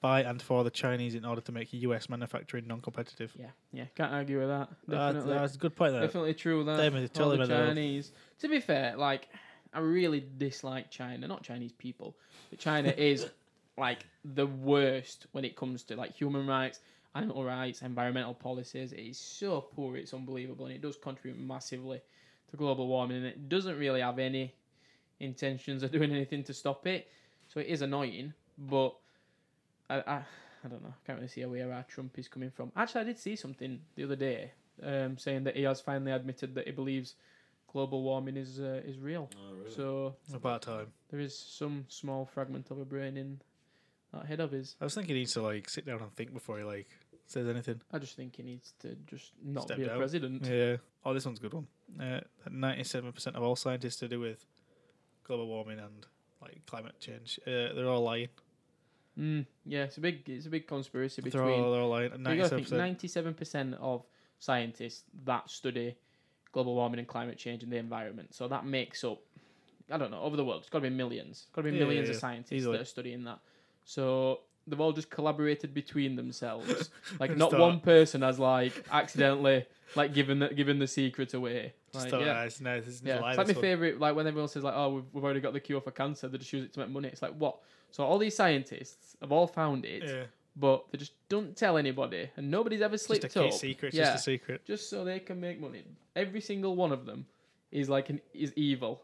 S1: by and for the Chinese in order to make U.S. manufacturing non-competitive.
S3: Yeah, yeah, can't argue with that.
S1: That-
S3: Definitely.
S1: that's a good point there.
S3: Definitely true that.
S1: David,
S3: All
S1: tell him
S3: the
S1: about the roof.
S3: Chinese. To be fair, like I really dislike China, not Chinese people, but China is like the worst when it comes to like human rights animal rights, environmental policies. It is so poor, it's unbelievable, and it does contribute massively to global warming. And it doesn't really have any intentions of doing anything to stop it. So it is annoying, but I, I, I don't know. I can't really see where our Trump is coming from. Actually, I did see something the other day um, saying that he has finally admitted that he believes global warming is uh, is real.
S2: Oh, really?
S3: So
S1: About time.
S3: there is some small fragment of a brain in that head of his.
S1: I was thinking he needs to like sit down and think before he like says anything.
S3: I just think he needs to just not
S1: Step
S3: be a
S1: down.
S3: president.
S1: Yeah. Oh, this one's a good one. Uh, Ninety-seven percent of all scientists to do with global warming and like climate change, uh, they're all lying.
S3: Mm, yeah, it's a big it's a big conspiracy
S1: They're all,
S3: between.
S1: they're all lying. Ninety-seven percent.
S3: Ninety-seven percent of scientists that study global warming and climate change and the environment. So that makes up, I don't know, over the world. It's got to be millions. It's got to be
S1: Yeah,
S3: millions
S1: yeah,
S3: of
S1: yeah.
S3: scientists
S1: Easily.
S3: that are studying that. So they've all just collaborated between themselves. like
S1: Just
S3: not
S1: thought-
S3: one person has like accidentally like given the given the secret away.
S1: Just
S3: Like,
S1: thought,
S3: yeah.
S1: ah, it's nice. It's
S3: Yeah,
S1: July,
S3: it's like my
S1: this one.
S3: favorite. Like when everyone says like, "Oh, we've, we've already got the cure for cancer," they just use it to make money. It's like what? So all these scientists have all found it,
S1: Yeah.
S3: but they just don't tell anybody, and nobody's ever
S1: Just
S3: slipped
S1: a key
S3: up.
S1: secret.
S3: Yeah.
S1: Just a secret.
S3: Just so they can make money. Every single one of them is like an is evil.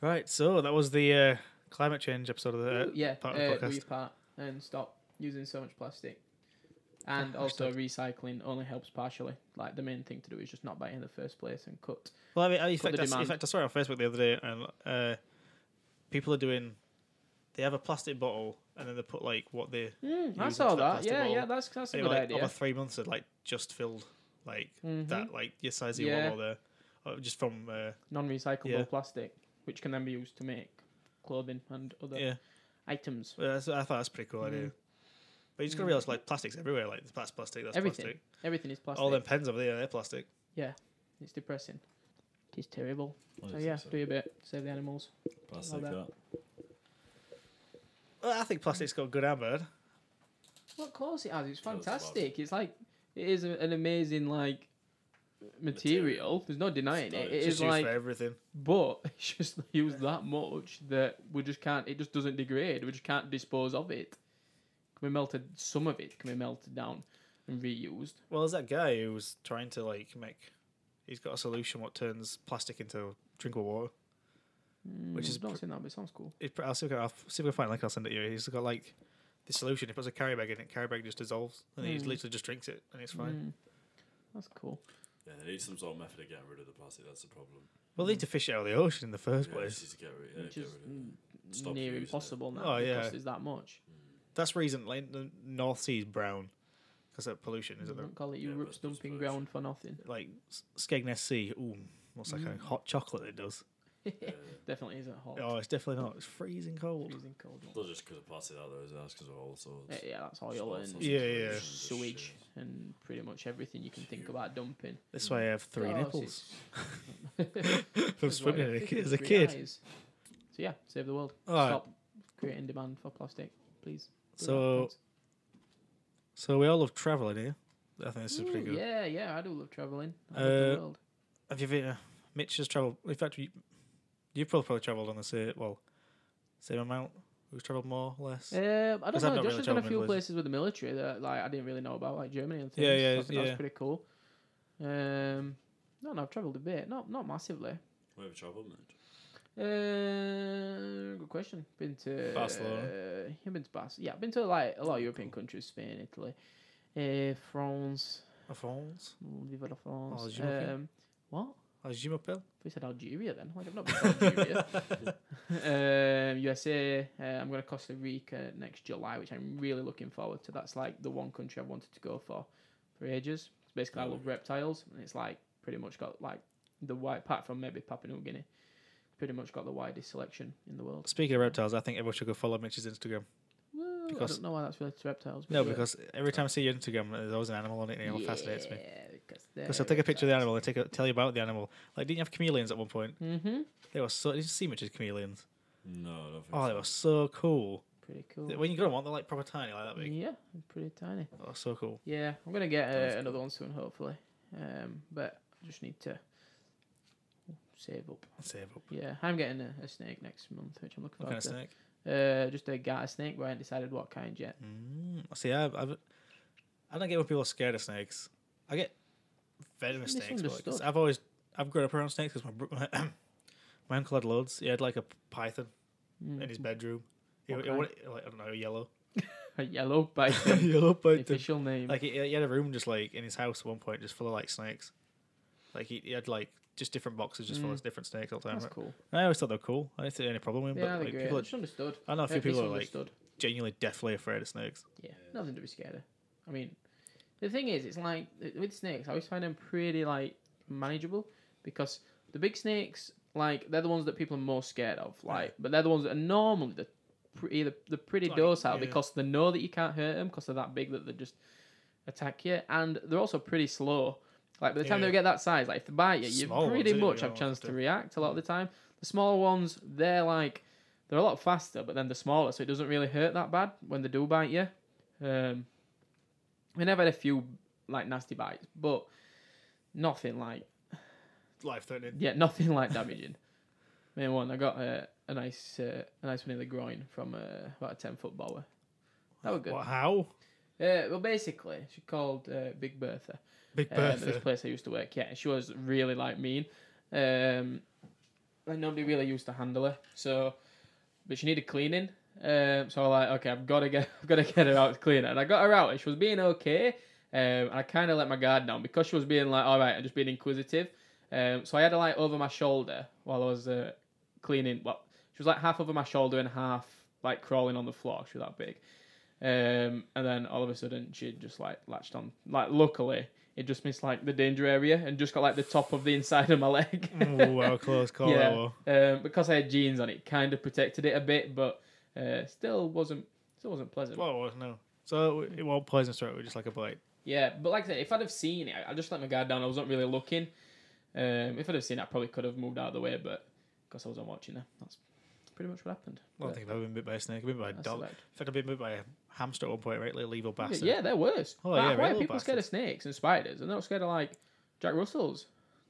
S1: Right. So that was the uh, climate change episode of the.
S3: yeah,
S1: part of the
S3: uh, do
S1: podcast.
S3: your part and stop using so much plastic. And also, recycling only helps partially. Like the main thing to do is just not buy it in the first place and cut.
S1: Well, I mean, in fact,
S3: Cut the
S1: I, in
S3: demand.
S1: fact, I saw it on Facebook the other day, and uh, people are doing. They have a plastic bottle, and then they put like what they
S3: Mm, I
S1: Use
S3: saw
S1: into Hmm, that
S3: that.
S1: plastic
S3: Yeah,
S1: bottle.
S3: yeah, that's that's a
S1: they
S3: good
S1: like over
S3: idea.
S1: three months are like just filled, like
S3: Mhm.
S1: that, like your size you
S3: Yeah.
S1: want, or the or just from uh,
S3: non-recyclable
S1: Yeah.
S3: plastic, which can then be used to make clothing and other
S1: yeah.
S3: items.
S1: Well, that's, I thought that's a pretty cool idea.
S3: Mm-hmm.
S1: But you just gotta realize like plastics everywhere. Like that's plastic. That's
S3: Everything.
S1: plastic.
S3: Everything is plastic.
S1: All them pens over there, they're plastic.
S3: It's depressing. It's terrible.
S2: I
S3: So
S2: think
S3: yeah,
S2: so.
S3: do your bit. Save the animals.
S2: Plastic
S3: that.
S2: that.
S1: Well, I think plastic's got good and bad.
S3: What course it has? It's
S2: Tell us about
S3: fantastic. It's like it is a- an amazing like material.
S2: Material.
S3: There's no denying
S2: It's
S3: it.
S2: not-
S1: It's
S3: It
S1: just
S3: is
S1: used
S3: like,
S1: for everything.
S3: but it's just used that much that we just can't. It just doesn't degrade. We just can't dispose of it. Can be melted. Some of it can be melted down and reused.
S1: Well, there's that guy who was trying to like make. He's got a solution what turns plastic into drinkable water. Which
S3: Mm,
S1: is
S3: not
S1: pr-
S3: seen that, but it sounds cool.
S1: It, I'll see if I can I'll see if I can find. Like I'll send it to you. He's got like the solution. He puts a carry bag in it. Carry bag just dissolves, and he
S3: Mm.
S1: literally just drinks it, and it's fine.
S3: Mm. That's cool.
S2: Yeah, they need some sort of method of getting rid of the plastic. That's the problem.
S1: Well, they need to fish it out of the ocean in the first
S2: Yeah,
S1: place.
S2: just to get rid, yeah,
S3: Which
S2: get
S3: Hmm. is
S2: rid of it.
S3: n-
S2: Stop
S3: near
S2: using it.
S3: impossible now
S1: Oh, yeah.
S3: because there's that much.
S1: That's the reason like the North Sea is brown because of pollution,
S3: You
S1: isn't it?
S3: don't call it
S2: Yeah, that's
S3: Europe's
S2: just
S3: dumping
S2: pollution.
S3: ground for nothing.
S1: Like S- Skegness Sea. Ooh, what's that kind of hot chocolate it does?
S2: Yeah.
S3: Definitely isn't Mm. hot.
S1: Oh, it's definitely not. It's freezing cold.
S3: Freezing cold.
S2: Not just because of plastic out there, that's because of all sorts.
S3: Yeah, yeah, that's
S2: All
S3: oil
S2: sorts
S3: and
S2: of
S1: Yeah,
S2: pollution,
S1: yeah.
S2: just
S3: sewage
S2: shit.
S3: and pretty much everything you can think
S2: Huge.
S3: about dumping.
S1: That's why I have three
S3: Gross,
S1: nipples
S3: it's-
S1: from
S3: that's why
S1: swimming
S3: I
S1: in a
S3: think
S1: ki-
S3: it's
S1: as a
S3: three
S1: kid.
S3: eyes. So yeah, save the world.
S1: All right.
S3: Stop creating demand for plastic, please. Do that,
S1: So,
S3: thanks.
S1: So we all love traveling here. I think this is
S3: Ooh,
S1: pretty good.
S3: Yeah, yeah, I do love traveling. I love
S1: Uh,
S3: the world.
S1: Have you ever? Mitch has travelled. In fact, you, you've probably, probably travelled on the same. Well, same amount. Who's travelled more, less?
S3: Um, I don't
S1: 'Cause I've
S3: know.
S1: not really
S3: Josh has done a
S1: travelled
S3: few
S1: with-
S3: places with the military that like I didn't really know about, like Germany and things.
S1: Yeah, yeah,
S3: I think
S1: yeah.
S3: That's pretty cool. Um, no, no, I've travelled a bit, not not massively.
S2: Where have you travelled, mate?
S3: Uh, good question. Been to
S1: Barcelona.
S3: Uh, yeah, been to Bas- Yeah, I've been to like a lot of European countries: Spain, Italy, uh, France,
S1: France.
S3: Vive la France.
S1: Oh, je m'appelle.
S3: um, what?
S1: As you m'appelle?
S3: We said Algeria then. Like I've not been to Algeria. um, USA. Uh, I'm going to Costa Rica next July, which I'm really looking forward to. That's like the one country I've wanted to go for for ages. It's basically, I
S2: Oh,
S3: love
S2: okay.
S3: reptiles, and it's like pretty much got like the wide, apart from maybe Papua New Guinea, pretty much got the widest selection in the world.
S1: Speaking of reptiles, I think everyone should go follow Mitch's Instagram.
S3: Woo, I
S1: Because-
S3: don't know why that's related to reptiles.
S1: No,
S3: but-
S1: because every time I see your Instagram, there's always an animal on it, and it
S3: yeah,
S1: fascinates me.
S3: Because
S1: Because I'll take a picture of the animal and take a, tell you about the animal. Like, didn't you have chameleons at one point?
S3: Mm-hmm.
S1: They were so. Did you see Mitch's chameleons?
S2: No, I don't think
S1: Oh,
S2: so.
S1: they were so cool.
S3: Pretty cool.
S1: When you got them on, they're like proper tiny, like that big.
S3: Yeah, pretty tiny.
S1: Oh, so cool.
S3: Yeah, I'm gonna get
S2: Sounds
S3: uh,
S2: good.
S3: another one soon, hopefully. Um, but I just need to save up.
S1: Save up.
S3: Yeah, I'm getting a, a snake next month, which I'm looking
S1: What
S3: forward
S1: kind of
S3: to.
S1: snake?
S3: Uh, just a garter snake, but I haven't decided what kind yet.
S1: Mm. See, I've, I've, I don't get when people are scared of snakes. I get venomous snakes. But like, 'cause
S3: Misunderstood.
S1: I've always I've grown up around snakes because my, bro- my my uncle had loads. He had like a p- python
S3: Mm.
S1: in his bedroom. He,
S3: What
S1: he
S3: kind?
S1: wanted- like I don't know, yellow,
S3: A yellow python.
S1: yellow
S3: the
S1: python.
S3: official name.
S1: Like he, he had a room just like in his house at one point, just full of like snakes. Like he, he had like just different boxes just full
S3: Mm.
S1: of different snakes all the time.
S3: That's
S1: right?
S3: cool.
S1: And I always thought they were cool. I didn't see any problem with them,
S3: Yeah,
S1: but
S3: they're
S1: like
S3: great.
S1: people are
S3: misunderstood.
S1: I know a few
S3: They're
S1: people are, like-
S3: misunderstood.
S1: genuinely deathly afraid of snakes.
S3: Yeah, nothing to be scared of. I mean, the thing is, it's like with snakes, I always find them pretty like manageable because the big snakes, like they're the ones that people are most scared of, like, but they're the ones that are normally the pre- either they're pretty
S1: Like,
S3: docile
S1: yeah.
S3: because they know that you can't hurt them because they're that big that they just attack you, and they're also pretty slow. Like by the time
S1: Yeah.
S3: they get that size, like if they bite you, you
S1: Small ones,
S3: pretty
S1: isn't it,
S3: much
S1: you
S3: have
S1: know,
S3: chance to
S1: after-
S3: react a lot of the time. The smaller ones, they're like they're a lot faster, but then they're smaller, so it doesn't really hurt that bad when they do bite you. Um, we never had a few like nasty bites, but nothing like
S1: Life threatening.
S3: yeah, nothing like damaging. Main one, I got uh, a nice uh, a nice one in the groin from uh, about a ten foot bower. That was good.
S1: What, how?
S3: Uh, well, basically, she called uh, Big Bertha.
S1: Big
S3: Um, at
S1: Bertha.
S3: this place I used to work. Yeah, she was really like mean. Um, like nobody really used to handle her. So, but she needed cleaning. Um, so I like, okay, I've got to get, I've got to get her out to clean her. And I got her out, and she was being okay. Um, and I kind of let my guard down because she was being like, all right, and just being inquisitive. Um, so I had her like over my shoulder while I was uh, cleaning. Well, she was like half over my shoulder and half like crawling on the floor. She was that big. Um, and then all of a sudden, she just like latched on. Like, luckily, it just missed like the danger area and just got like the top of the inside of my leg.
S1: Ooh, how close call
S3: yeah,
S1: that was.
S3: um, because I had jeans on, it kind of protected it a bit, but uh, still wasn't still wasn't pleasant.
S1: Well, it was, no. So it won't poison straight. We just like a bite.
S3: Yeah, but like I said, if I'd have seen it, I- I just let my guard down. I wasn't really looking. Um, if I'd have seen it, I probably could have moved out of the way, but because I wasn't watching her, that's pretty much what happened.
S1: I don't
S3: But
S1: think I've ever been bit by a snake. I've been bit by a
S3: that's
S1: dog.
S3: about-
S1: In fact, I've been bit by a hamster at one point, right? Little evil bastard.
S3: Yeah, they're worse.
S1: Oh,
S3: why,
S1: yeah,
S3: why
S1: right,
S3: are
S1: little
S3: people scared of snakes and spiders? And they're not scared of like Jack Russells.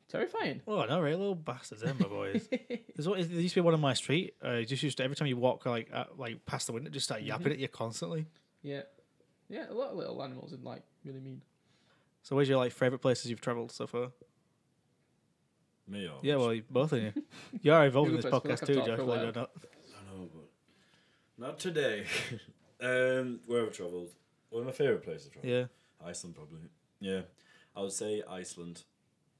S3: Terrifying.
S1: Oh, no, right? Little bastards, them, my boys. There's what, there used to be one on my street. Uh, it just used to, every time you walk like uh, like past the window, just start yapping at you constantly.
S3: yeah, yeah. A lot of little animals are like really mean.
S1: So, where's your like favorite places you've traveled so far?
S2: Me or
S1: Yeah, well, you- both of you. You are involved in
S3: You
S1: this
S3: go
S1: podcast
S3: first, I've
S1: too,
S3: talked for a
S1: Josh. Believe it
S3: while.
S1: or not.
S2: I know, but not today. um, where have I travelled? One of my favourite places to travel.
S1: Yeah,
S2: Iceland, probably. Yeah, I would say Iceland.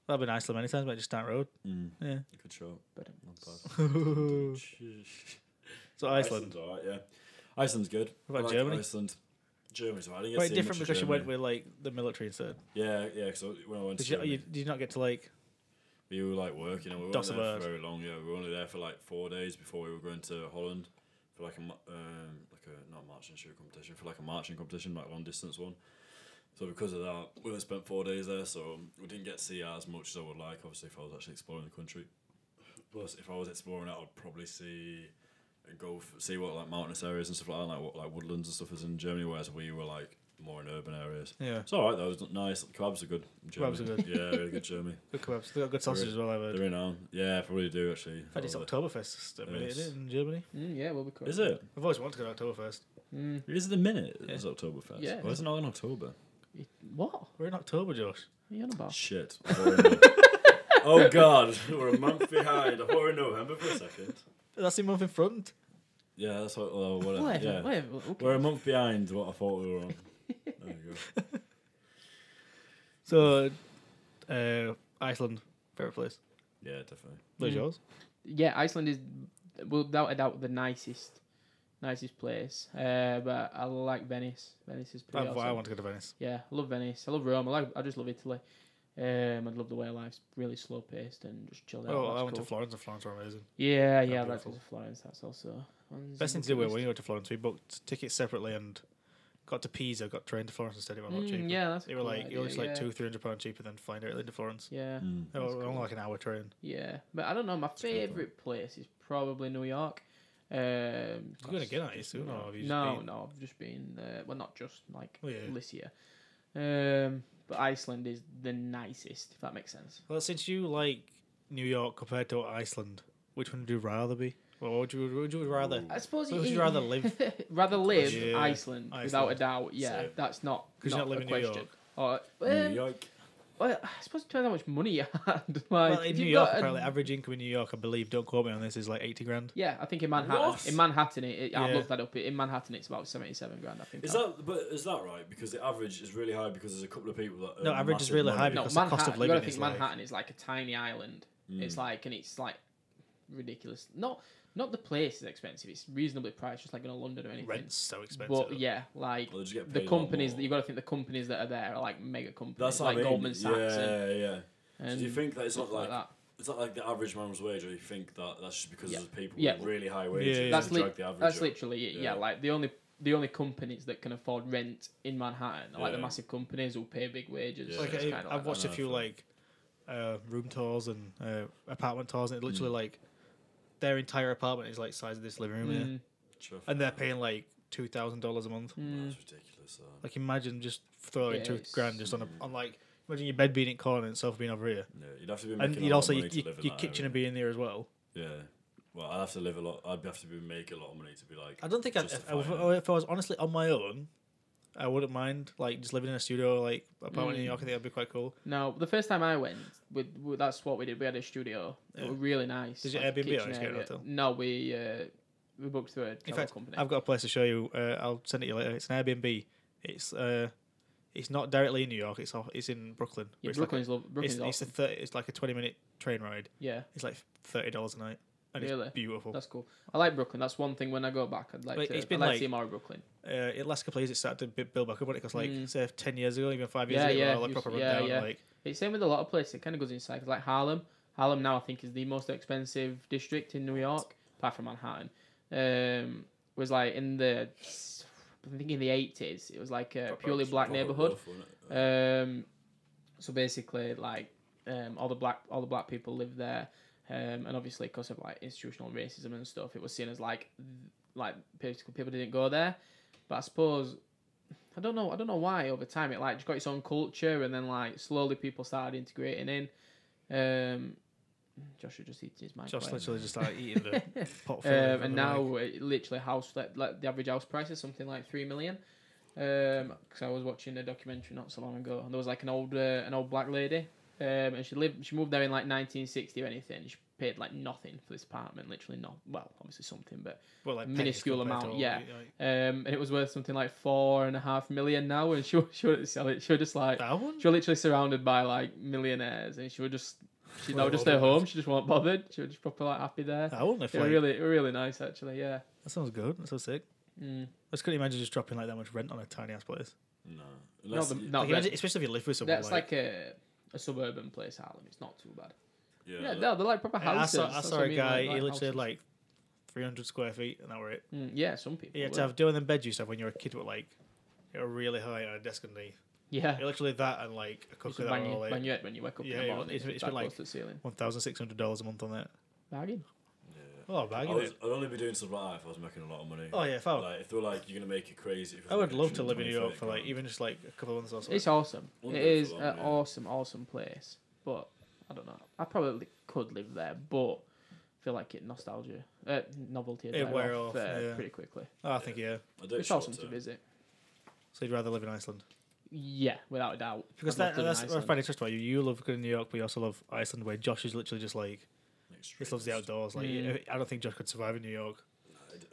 S1: I've been to Iceland many times, but just that road.
S2: Mm.
S1: Yeah.
S2: Good shot.
S3: But
S2: Not bad.
S1: so Iceland.
S2: Iceland's alright, yeah. Iceland's good.
S1: What about
S2: I like
S1: Germany?
S2: Iceland. Germany's alright. I didn't get to
S1: Quite
S2: see
S1: different
S2: much
S1: because you
S2: of
S1: went
S2: Germany.
S1: with like the military instead.
S2: Yeah, yeah, because when I went to
S1: Did you,
S2: Germany,
S1: you, did you not get to like?
S2: we were like working and we weren't
S1: Dos of
S2: there
S1: us.
S2: for very long. Yeah, we were only there for like four days before we were going to Holland for like a ma- um, like a not marching shoot competition for like a marching competition, like long distance one. So because of that, we only spent four days there, so we didn't get to see as much as I would like. Obviously, if I was actually exploring the country, plus if I was exploring it, I'd probably see and go f- see what like mountainous areas and stuff like that, like what like woodlands and stuff is in Germany, whereas we were like more in urban areas.
S1: Yeah,
S2: It's all right though. It was nice. The kebabs are good. in
S1: Kebabs are
S2: Germany.
S1: good.
S2: yeah, really good Germany.
S1: good kebabs. They got good sausage as well. I've heard.
S2: They're in on. Yeah, probably do actually.
S1: In fact, it's
S2: Probably.
S1: Oktoberfest at the minute, isn't it, in Germany.
S3: Mm, yeah, we'll be correct.
S2: Is it?
S1: I've always wanted to go to Oktoberfest.
S3: Mm,
S2: Is it the minute?
S1: Yeah.
S2: It's Oktoberfest.
S3: Yeah.
S2: Why is it not in October?
S3: it- what? What
S1: We're in October, Josh.
S3: are you on about?
S2: Shit. oh god, we're a month behind. I thought we were in November for a second.
S1: That's the month in front.
S2: Yeah, that's what. Well, whatever.
S3: Whatever.
S2: yeah.
S3: Whatever. Okay.
S2: We're a month behind what I thought we were on. There you go.
S1: So, uh, Iceland, favorite place.
S2: Yeah, definitely.
S1: Where's
S3: Mm.
S1: yours?
S3: yeah, Iceland is without a doubt the nicest, nicest place. Uh, but I like Venice. Venice is pretty
S1: I,
S3: awesome.
S1: I want to go to Venice.
S3: Yeah, I love Venice. I love Rome. I like. I just love Italy. Um, I love the way life's really slow paced and just chilled out.
S1: oh,
S3: That's
S1: I went
S3: cool.
S1: to Florence, and Florence were amazing. Yeah,
S3: Yeah, yeah, I'd like to
S1: beautiful.
S3: go to Florence. That's also on
S1: Best
S3: the
S1: thing to do was
S3: bucket
S1: when you go to Florence, we booked tickets separately and got to Pisa, got trained to Florence instead. It was a lot
S3: list.
S1: cheaper.
S3: Mm, yeah, that's. a
S1: They were
S3: cool
S1: like, it was
S3: idea,
S1: like
S3: yeah.
S1: two, three hundred pounds cheaper than flying directly to Florence.
S3: Yeah,
S2: Mm.
S1: It
S3: That's
S1: was only
S3: cool.
S1: like an hour train.
S3: yeah, but I don't know. My
S2: a good one.
S3: favorite place is probably New York. Um,
S1: You gonna
S3: that's
S1: get out
S3: just
S1: soon,
S3: New
S1: or
S3: York.
S1: have you just
S3: no,
S1: been-
S3: no, I've just been. Uh, well, not just like
S1: Well, yeah.
S3: this year. Um, but Iceland is the nicest, if that makes sense.
S1: Well, since you like New York compared to Iceland, which one would you rather be? Well, what would you, what would you rather?
S2: Ooh.
S3: I suppose
S1: Where would you rather live?
S3: rather live
S1: Yeah.
S3: Iceland, without a
S1: Iceland.
S3: doubt. Yeah,
S2: Same.
S3: that's not
S1: 'Cause you're not
S3: not,
S1: living
S3: a
S1: in New
S3: question.
S1: York.
S3: Or,
S2: New
S3: um,
S2: York.
S3: well, I suppose it depends how much money you had. Like,
S1: well,
S3: if
S1: in New
S3: you've
S1: York,
S3: got a-
S1: apparently, average income in New York, I believe, don't quote me on this, is like 80 grand.
S3: yeah, I think in Manhattan,
S2: What?
S3: in Manhattan, it, it- I've
S1: Yeah.
S3: looked that up. In Manhattan, it's about seventy-seven grand. I think
S2: Is that but is that right? Because the average is really high because there's a couple of people that
S1: No,
S2: earn
S1: average is
S2: massive
S1: really
S2: money.
S1: high
S3: no
S1: because the
S3: Manhattan.
S1: cost of
S3: you got
S1: living
S3: to think
S1: is like-
S3: Manhattan is like a tiny island.
S2: Hmm.
S3: It's like and it's like ridiculous. Not not the place is expensive. It's reasonably priced, just like in a London or anything.
S1: Rent's so expensive.
S3: But yeah, like
S2: Well, they just get
S3: the
S2: paid a lot
S3: companies
S2: more.
S3: that you got to think the companies that are there are like mega companies,
S2: That's what
S3: like
S2: I mean.
S3: Goldman Sachs. and-
S2: Yeah, yeah.
S3: And,
S2: so do you think that it's
S3: stuff
S2: not like,
S3: like that.
S2: it's not like the average man's wage, or you think that that's just because
S3: Yeah.
S2: there's people
S3: Yeah.
S2: with really high wages
S1: Yeah, yeah.
S2: to
S3: That's,
S2: drag
S3: lit-
S2: the average
S3: that's
S2: up?
S3: literally it. Yeah.
S2: Yeah.
S3: like the only the only companies that can afford rent in Manhattan are like the
S2: Yeah.
S3: massive companies who pay big wages.
S2: Yeah.
S3: so
S1: Like,
S3: it's
S1: I,
S3: kinda
S1: I've
S3: like
S1: watched
S3: that.
S1: a few like uh, room tours and uh, apartment tours, and it
S3: Mm.
S1: literally like their entire apartment is like size of this living room, here.
S3: Mm,
S2: Sure.
S1: and they're paying like two thousand dollars a month.
S3: mm.
S2: That's ridiculous. uh, That.
S1: Like imagine just throwing
S3: Yeah,
S1: two
S3: it's-
S1: grand just on a on like imagine your bed being in corner and itself being over here,
S2: No, you'd have to be making
S1: and
S2: a
S1: you'd
S2: lot
S1: also
S2: of
S1: your,
S2: money to
S1: your,
S2: live in
S1: your
S2: that
S1: kitchen
S2: area.
S1: would be in there as well.
S2: Yeah. Well, I'd have to live a lot. I'd have to be making a lot of money to be like.
S1: I don't think I'd, if,
S2: justify it.
S1: I- if I was honestly on my own, I wouldn't mind like just living in a studio like apartment in New York. I think that'd be quite cool.
S3: No, the first time I went, we, we, that's what we did. We had a studio. It
S1: Yeah.
S3: was really nice.
S1: Did you
S3: like
S1: Airbnb
S3: a
S1: or just
S3: kitchen
S1: get a
S3: area.
S1: hotel?
S3: No, we uh, we booked through a travel
S1: fact,
S3: company.
S1: I've got a place to show you. Uh, I'll send it to you later. It's an Airbnb. It's uh, it's not directly in New York. It's off, it's in Brooklyn.
S3: yeah,
S1: It's like a-
S3: Brooklyn's, lo- Brooklyn's
S1: it's,
S3: awesome.
S1: it's a thirty. It's like a twenty minute train ride.
S3: yeah,
S1: It's like thirty dollars a night, and
S3: Really?
S1: it's beautiful. Uh,
S3: that's cool. I like Brooklyn. That's one thing when I go back, I'd like
S1: Like,
S3: to.
S1: it's been
S3: I'd like,
S1: like-
S3: to see more of Brooklyn.
S1: it last couple of years it started to bi- build back up on it because like
S3: Mm.
S1: say ten years ago, even five years
S3: Yeah,
S1: ago,
S3: yeah,
S1: all like
S3: you-
S1: proper
S3: yeah,
S1: rundown.
S3: yeah.
S1: Like
S3: It's same with a lot of places. It kind of goes in cycles. Like Harlem. Harlem now I think is the most expensive district in New York, apart from Manhattan. Um, was like in the, I think in the eighties. It was like a purely black
S2: Proper
S3: neighborhood.
S2: rough, wouldn't it?
S3: Um, so basically, like um, all the black all the black people live there, um, and obviously because of like institutional racism and stuff, it was seen as like th- like basically people didn't go there. But I suppose I don't know I don't know why over time it like just got its own culture, and then like slowly people started integrating in. Um, Joshua just eats his mic.
S1: just
S3: away.
S1: literally just like eating the pot.
S3: Um,
S1: filler from
S3: and
S1: the
S3: now
S1: mic.
S3: uh, literally house like, like the average house price is something like three million. Um 'cause because I was watching a documentary not so long ago, and there was like an old uh, an old black lady, um, and she lived she moved there in like 1960 or anything. and She paid like nothing for this apartment, literally not well, obviously something, but
S1: well, like
S3: minuscule
S1: pennies compared
S3: amount,
S1: to all
S3: yeah.
S1: the- like,
S3: um, and it was worth something like four and a half million now, and she wa- she wouldn't sell it. She was just like
S1: that one.
S3: she was literally surrounded by like millionaires, and she would just she now
S1: Well,
S3: just stay
S1: well, well.
S3: home. She just wasn't bothered. She was just proper like happy there.
S1: That one, if
S3: They were
S1: like,
S3: really they were really nice actually, yeah.
S1: that sounds good. That's so sick.
S3: Mm.
S1: I just couldn't imagine just dropping like that much rent on a tiny ass place.
S2: No. Unless
S3: the-
S2: you-
S3: no. Oh,
S1: Like,
S3: but-
S1: imagine- especially if you live with someone.
S3: That's like, a, a suburban place, Harlem. It's not too bad.
S2: Yeah.
S3: Yeah,
S2: that-
S3: no, they're like proper
S1: Yeah,
S3: houses.
S1: I saw, I
S3: That's
S1: saw
S3: what
S1: a
S3: mean,
S1: guy.
S3: like,
S1: he
S3: like
S1: literally had
S3: houses.
S1: like 300 square feet, and that were it.
S3: Mm, yeah, some people.
S1: You had
S3: would.
S1: to have doing them beds you used to have when you were a kid, were like you were really high on a desk underneath.
S3: yeah.
S1: You're literally that and like a
S3: You
S1: cooker
S3: should
S1: that
S3: bang,
S1: were
S3: your,
S1: like
S3: bang your head when you wake up
S1: Yeah,
S3: in
S1: it-
S3: the morning.
S1: it's-
S3: It's,
S1: it's
S3: that
S1: been
S3: close
S1: like-
S3: to the ceiling.
S1: one thousand six hundred dollars a month on that.
S3: Bagging.
S2: yeah.
S1: Oh,
S2: I
S1: bagging
S2: was,
S1: it.
S2: I'd only be doing stuff like that if I was making a lot of money.
S1: Oh yeah, if I,
S2: Like, if they were like, you're going to make it crazy. If it was
S1: I would
S2: like
S1: love to live in
S2: 20,
S1: New York
S2: 30
S1: for like
S2: grand.
S1: even just like a couple of months or so.
S3: It's awesome.
S2: Wouldn't
S3: it
S2: do it
S3: is
S2: for
S3: an
S2: long, yeah.
S3: awesome, awesome place. But I don't know. I probably could live there, but I feel like it nostalgia, uh, novelty, would
S1: It'd
S3: wear,
S1: wear
S3: off,
S1: off,
S3: uh,
S1: yeah.
S3: pretty quickly.
S1: Oh, I think yeah.
S2: I do it
S3: it's awesome
S2: short
S3: to
S2: term.
S3: visit.
S1: So you'd rather live in Iceland
S3: Yeah, without a doubt.
S1: because
S3: I'd love
S1: that,
S3: to live in
S1: that's what I
S3: Iceland.
S1: find interesting about you. You love good in New York, but you also love Iceland, where Josh is literally just like he just loves the outdoors. Like
S3: Mm.
S1: I don't think Josh could survive in New York.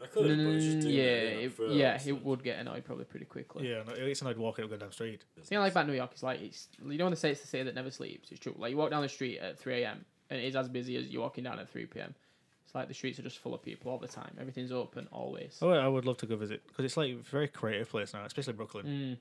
S2: I could,
S3: No, no,
S2: but it's
S3: no,
S2: just
S3: no,
S2: doing
S3: Mm, yeah,
S2: it,
S3: it-
S2: for
S3: yeah,
S2: us,
S3: he
S2: and
S3: would get annoyed probably pretty quickly.
S1: Yeah, no, it's annoyed walking up a goddamn street.
S2: business.
S3: thing I like about New York is like it's you know when they say it's the city that never sleeps. It's true. Like you walk down the street at three a.m. and it is as busy as you're walking down at three p.m. It's like the streets are just full of people all the time. Everything's open always.
S1: Oh, I would love to go visit because it's like a very creative place now, especially Brooklyn.
S3: Mm.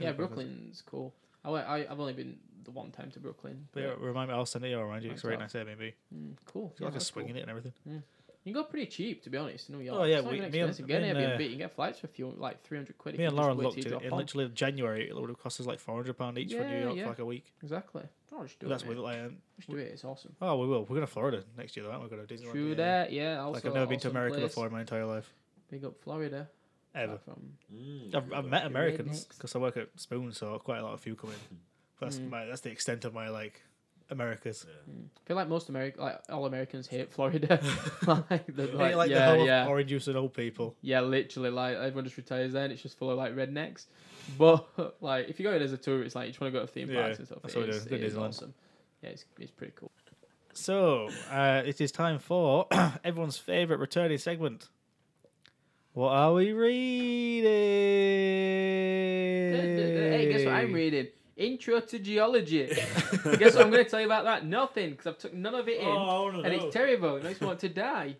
S3: Yeah,
S1: Yeah, Brooklyn's-
S3: Brooklyn's cool. I, went, I I've only been the one time to Brooklyn.
S1: But yeah, remind me, I'll send it you. I'll remind you. It's a
S3: Thanks,
S1: very nice Airbnb.
S3: Mm, cool.
S1: It's
S3: Yeah,
S1: like a
S3: that's
S1: swing
S3: cool.
S1: in it and everything.
S3: You can go pretty cheap to be honest. in New York.
S1: Oh, yeah,
S3: it's not
S1: we-
S3: even
S1: me and-
S3: expensive. Get an
S1: me and, uh,
S3: Airbnb, you can get flights for a few like three hundred quid. It
S1: Me
S3: can
S1: and
S3: just
S1: Lauren
S3: wait till
S1: looked
S3: you
S1: at it.
S3: drop
S1: In
S3: on.
S1: literally January, it would have cost us like four hundred pound each for
S3: Yeah,
S1: New York
S3: yeah.
S1: for like a week.
S3: Exactly. Oh, just do
S1: That's
S3: it.
S1: with
S3: mate.
S1: like, um,
S3: Just do it. It's awesome.
S1: oh, we will. We're going to Florida next year, though. Aren't we? We're going to Disneyland.
S3: True
S1: yeah.
S3: that. Yeah. Also,
S1: Like I've never been to
S3: awesome
S1: America
S3: place.
S1: before in my entire life,
S3: Big up Florida.
S1: ever.
S3: Apart From
S2: Mm,
S1: I've,
S2: good
S1: I've
S2: luck.
S1: met Americans
S3: Rednecks.
S1: because I work at Spoon, so quite a lot of you come in. That's
S3: Mm.
S1: my that's the extent of my like America's.
S3: I feel like most America, like all Americans, hate Florida. like, they're
S1: Yeah,
S3: like,
S1: like the
S3: yeah,
S1: whole
S3: yeah,
S1: of orange juice and old people.
S3: yeah. Literally, like everyone just retires there, and it's just full of like rednecks. But like, if you go in as a tourist, like you just want to go to theme
S1: Yeah,
S3: parks and stuff.
S1: that's
S3: it
S1: what we
S3: is,
S1: do.
S3: it
S1: Good
S3: is
S1: Disneyland.
S3: awesome. Yeah, it's, it's pretty cool.
S1: So uh, it is time for everyone's favorite returning segment. What are we reading?
S3: Hey, guess what I'm reading? Intro to geology. guess what I'm going to tell you about that? Nothing, because I've took none of it in,
S2: Oh, I wanna
S3: and
S2: know.
S3: it's terrible. and I just want to die.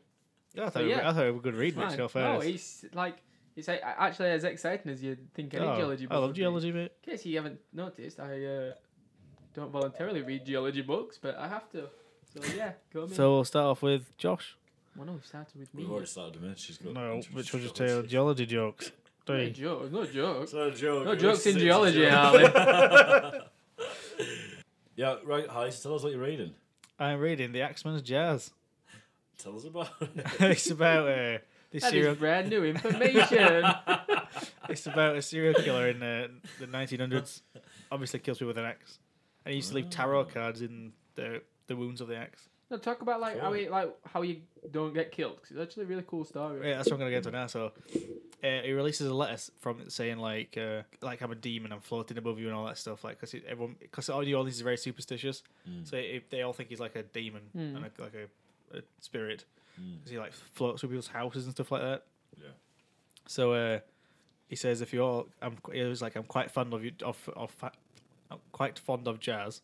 S1: I
S3: So,
S1: thought, it was
S3: yeah.
S1: I thought it was a good read,
S3: Man,
S1: Mitch.
S3: no, it's like it's like, actually as exciting as you'd think any geology book.
S1: Oh, I
S3: would
S1: love
S3: be.
S1: geology, mate.
S3: In case you haven't noticed, I uh, don't voluntarily read geology books, but I have to. So yeah, go me.
S1: So we'll start off with Josh.
S3: well, no, we started with me.
S2: We've already started with She's got
S1: No,
S2: interest
S1: which will just
S2: geology.
S1: tell geology jokes. Do
S3: No
S1: you?
S3: joke, no joke.
S2: It's not a joke.
S3: No
S2: it was
S3: jokes in
S2: six
S3: geology,
S2: jokes.
S3: Alan.
S2: yeah, right, Holly, so tell us what you're reading.
S1: I'm reading The Axeman's Jazz.
S2: Tell us about it.
S1: it's about uh, this
S3: That
S1: serial.
S3: is brand new information.
S1: It's about a serial killer in the, the 1900s. Obviously, kills people with an axe, and he used to leave tarot cards in the the wounds of the axe.
S3: no, talk about like how
S2: Cool.
S3: you like how you don't get killed. 'cause it's actually a really cool story.
S1: Yeah, that's what I'm gonna get to now. So, uh, he releases a letter s- from it saying like, uh, like I'm a demon, I'm floating above you, and all that stuff. Like, because everyone, because all you all these are very superstitious, so it, they all think he's like a demon
S3: Mm.
S1: and a, like a, a spirit,
S2: Mm.
S1: because he like floats through people's houses and stuff like that.
S2: Yeah.
S1: So uh, he says, if you're, all, I'm, qu- he was like, I'm quite fond of you, of, of, fa- I'm quite fond of jazz.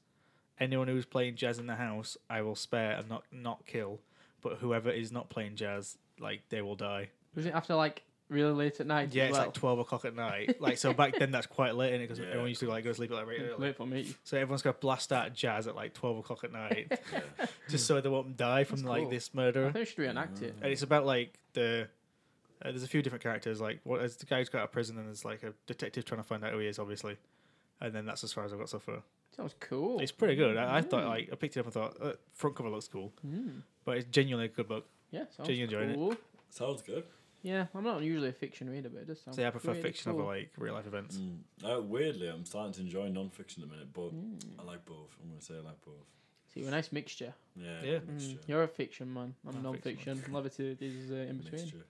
S1: Anyone who's playing jazz in the house, I will spare and not not kill. But whoever is not playing jazz, like they will die.
S3: Was it after like really late at night?
S1: Yeah,
S3: as
S1: it's
S3: well?
S1: like twelve o'clock at night. Like so back then, that's quite late, in it? Because
S2: Yeah.
S1: everyone used to like go to sleep at like really early.
S3: late for me.
S1: So everyone's gonna blast out jazz at like twelve o'clock at night, just so they won't die from
S3: That's
S1: like
S3: cool.
S1: this
S3: I
S1: murder.
S3: think we should reenact it.
S1: And it's about like the uh, there's a few different characters. Like what there's the guy who's got out of prison, and there's like a detective trying to find out who he is, obviously. And then that's as far as I've got so far.
S3: Sounds cool.
S1: It's pretty good. I, I thought like I picked it up and thought uh, front cover looks cool,
S3: Mm.
S1: but it's genuinely a good book.
S3: Yeah, sounds
S1: you enjoying it?
S3: cool.
S2: Sounds good.
S3: Yeah, I'm not usually a fiction reader, but it does sound.
S1: So yeah, I prefer
S3: really
S1: fiction
S3: cool. Mm.
S1: over like real life events.
S2: Uh, weirdly, I'm starting to enjoy non-fiction at the minute, but
S1: Mm.
S2: I like both. I'm going to say I like both.
S3: So you're Mm. a nice mixture.
S2: Yeah.
S1: Yeah.
S2: good
S3: Mm,
S2: Mixture.
S3: You're a fiction man. I'm
S1: I'm a fiction
S3: non-fiction. Levity is uh, in between.
S2: Mixture,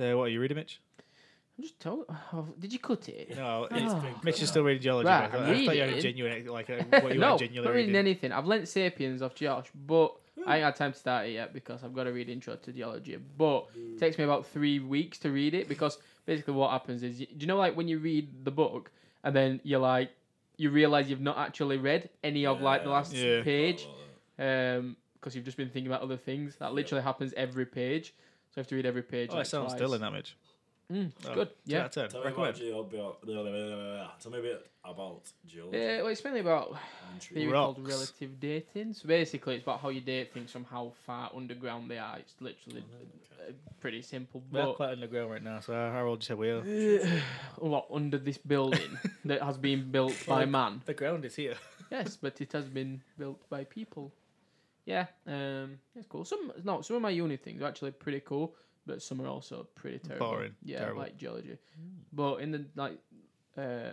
S2: yeah.
S1: Uh, what are you reading, Mitch?
S3: I'm just told. Oh, did you cut it?
S1: No,
S3: It's
S1: it's,
S3: been
S1: Mitch is still reading geology. but
S3: Oh.
S1: I, thought,
S3: Right, I'm
S1: I thought you had a
S3: reading.
S1: genuine like uh, what you
S3: no,
S1: were genuinely
S3: I'm not reading
S1: reading.
S3: anything. I've lent *Sapiens* off Josh, but I ain't had time to start it yet because I've got to read Intro to Geology. But it takes me about three weeks to read it because basically what happens is, you, do you know, like when you read the book and then you're like, you realize you've not actually read any of like the
S2: Yeah.
S3: last
S1: Yeah.
S3: page.
S2: Quite a lot of
S3: um because you've just been thinking about other things that literally happens every page so you have to read every page
S1: Oh, I
S3: like
S1: sound
S3: twice.
S1: still in that, Mitch.
S3: Mm, it's
S1: Oh,
S3: good
S1: Two
S3: yeah
S1: out of
S2: that.
S1: ten.
S2: Tell me, about
S1: Recommend.
S2: geology. Tell me a bit about
S3: uh,
S2: geology.
S3: well it's mainly about
S2: I'm intrigued.
S1: the-
S3: theory called
S1: Rocks.
S3: relative dating so basically it's about how you date things from how far underground they are it's literally uh, pretty simple
S1: We're
S3: but
S1: quite underground right now, so how old do you say we are?
S3: what under this building that has been built by
S1: Like-
S3: man
S1: The ground is here.
S3: yes but it has been built by people yeah um it's cool some no some of my uni things are actually pretty cool but some are also pretty terrible
S1: Boring.
S3: Yeah,
S1: Terrible.
S3: like geology. But in the like uh,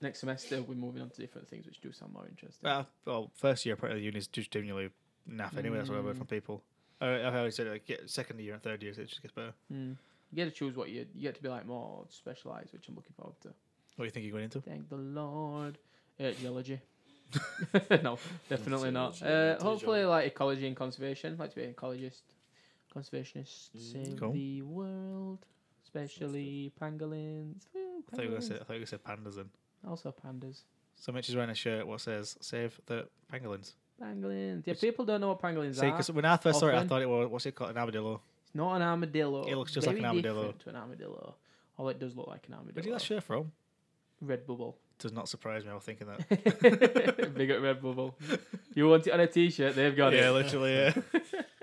S3: next semester, we're moving on to different things, which do sound more interesting.
S1: Well, Ah, well, first year part of the uni is just genuinely naff anyway. That's what I've heard from people. Uh, I've always said like get second year and third year, so it just gets better.
S3: Mm. You get to choose what you you get to be like more specialized, which I'm looking forward to.
S1: What do you think you're going into?
S3: Thank the Lord. Uh, geology. no, definitely not.
S2: Geology, yeah,
S3: Uh,
S2: do
S3: hopefully,
S2: geology.
S3: like ecology and conservation. I'd like to be an ecologist, conservationist,
S2: Mm,
S3: save
S1: Cool.
S3: the world, especially pangolins. Woo,
S1: I thought you were going to say, I
S3: pangolins.
S1: thought you were gonna say pandas then.
S3: Also pandas.
S1: So Mitch is wearing a shirt what says "Save the Pangolins."
S3: Pangolins. Yeah,
S1: Which-
S3: people don't know what pangolins
S1: See,
S3: are.
S1: because when I first saw it, I
S3: often-
S1: thought it was what's it called an armadillo.
S3: It's not an armadillo.
S1: It looks just like
S3: Very
S1: an armadillo.
S3: different To an armadillo. All it does look like an
S1: Where did
S3: armadillo.
S1: that shirt from?
S3: Red Bubble.
S1: Does not surprise me. I was thinking that.
S3: Big up Red Bubble. You want it on a t-shirt? They've got
S1: yeah,
S3: it.
S1: literally. Yeah.